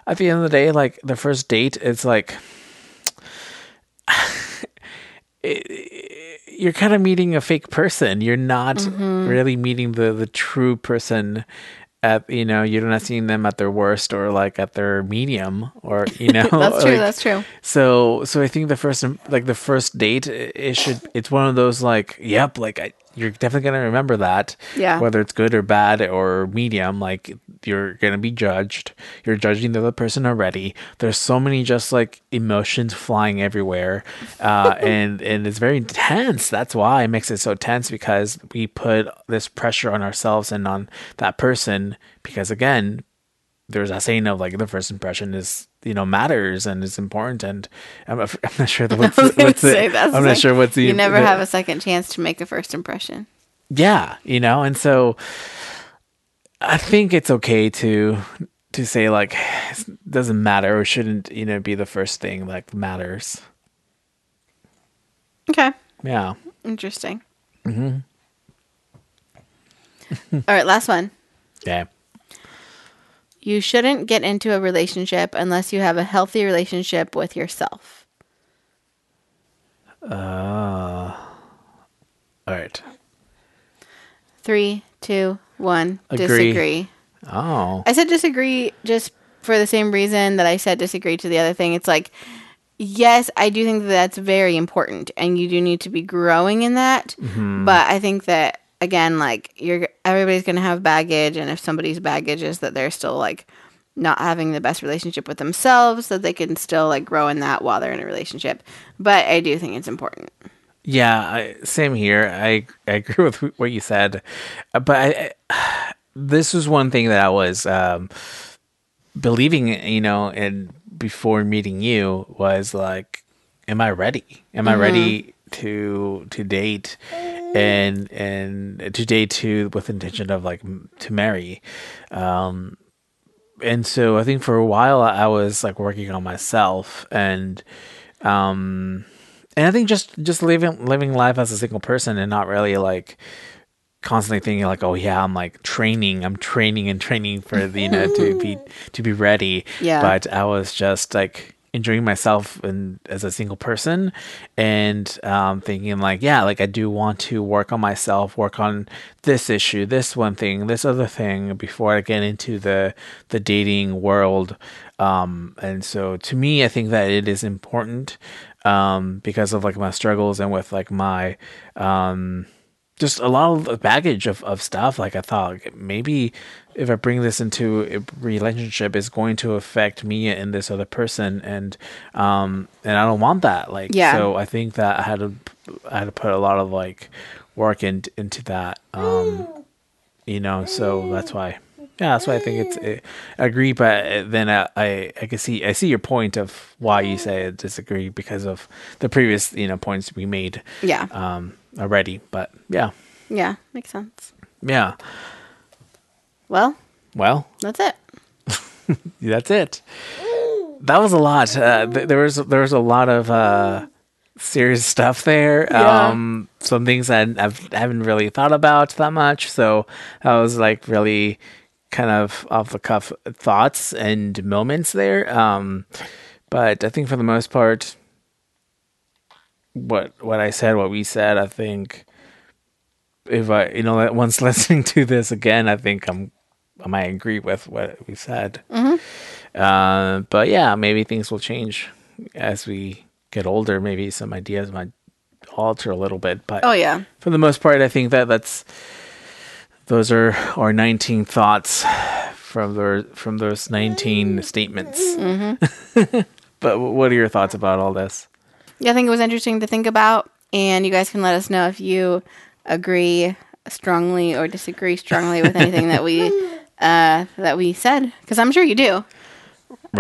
A: at the end of the day, like the first date, it's like you're kind of meeting a fake person. You're not
B: Mm-hmm.
A: really meeting the the true person. At you know, you're not seeing them at their worst or like at their medium or you know.
B: That's true.
A: like-
B: that's true.
A: So so I think the first like the first date i- it should it's one of those like yep like I, you're definitely gonna remember that
B: Yeah.
A: whether it's good or bad or medium like you're gonna be judged you're judging the other person already there's so many just like emotions flying everywhere uh, and and it's very tense that's why it makes it so tense because we put this pressure on ourselves and on that person because again there's that saying of like the first impression is you know matters and it's important and I'm not, I'm not sure the what's,
B: I was gonna
A: what's the-
B: say, that's
A: I'm not
B: like,
A: sure what's the
B: You never
A: the-
B: have a second chance to make a first impression.
A: yeah you know and so I think it's okay to to say like it doesn't matter or shouldn't you know be the first thing like matters
B: Okay.
A: yeah
B: Interesting. Mm-hmm. All right, last one.
A: yeah
B: You shouldn't get into a relationship unless you have a healthy relationship with yourself.
A: Uh, all right
B: Three, two, one.
A: Agree.
B: Disagree.
A: oh
B: I said disagree just for the same reason that I said disagree to the other thing. It's like, yes, I do think that that's very important and you do need to be growing in that. But I think that again, like you're everybody's going to have baggage and if somebody's baggage is that they're still like not having the best relationship with themselves that they can still like grow in that while they're in a relationship. But I do think it's important.
A: Yeah, I, same here. I, I agree with what you said, Uh, but I, I- this was one thing that I was um, believing, you know, and before meeting you was like, am I ready? Am I ready to to date and and to date to with intention of like m- to marry? Um, and so I think for a while I was like working on myself and um and I think just just living living life as a single person and not really like constantly thinking like oh yeah I'm like training I'm training and training for the, you know to be to be ready
B: Yeah.
A: but I was just like enjoying myself and as a single person and um thinking like yeah like I do want to work on myself work on this issue this one thing this other thing before I get into the the dating world um and so to me I think that it is important um because of like my struggles and with like my um just a lot of the baggage of, of stuff. Like I thought maybe if I bring this into a relationship, it's going to affect me and this other person, and um, and I don't want that. Like
B: Yeah.
A: so, I think that I had to I had to put a lot of like work in, into that. Um, you know, so that's why. Yeah, that's why I think it's. It, I agree, but uh, then I, I I can see I see your point of why you say I disagree because of the previous you know points we made
B: Yeah.
A: um already. But yeah,
B: yeah. Makes sense.
A: yeah.
B: Well,
A: Well,
B: that's it.
A: that's it. That was a lot. Uh, th- there was there was a lot of uh, serious stuff there.
B: Yeah.
A: Um, some things I I've, I haven't really thought about that much. So I was like really kind of off the cuff thoughts and moments there. Um, but I think for the most part, what what I said, what we said, I think if I you know that once listening to this again, I think I'm I might agree with what we said.
B: Mm-hmm.
A: Uh, but yeah, maybe things will change as we get older. Maybe some ideas might alter a little bit, but
B: Oh yeah.
A: for the most part, I think that that's those are our 19 thoughts from the from those
B: Mm-hmm.
A: 19 statements. but what are your thoughts about all this?
B: Yeah, I think it was interesting to think about, and you guys can let us know if you agree strongly or disagree strongly with anything that we uh, that we said, because I'm sure you do.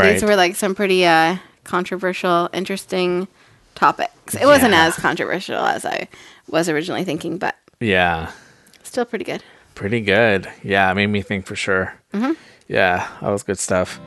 B: These were like some pretty uh, controversial, interesting topics. It wasn't
A: Yeah.
B: as controversial as I was originally thinking, but
A: Yeah.
B: still pretty good. Mm-hmm.
A: Pretty good. Yeah, it made me think for sure. Yeah, that was good stuff.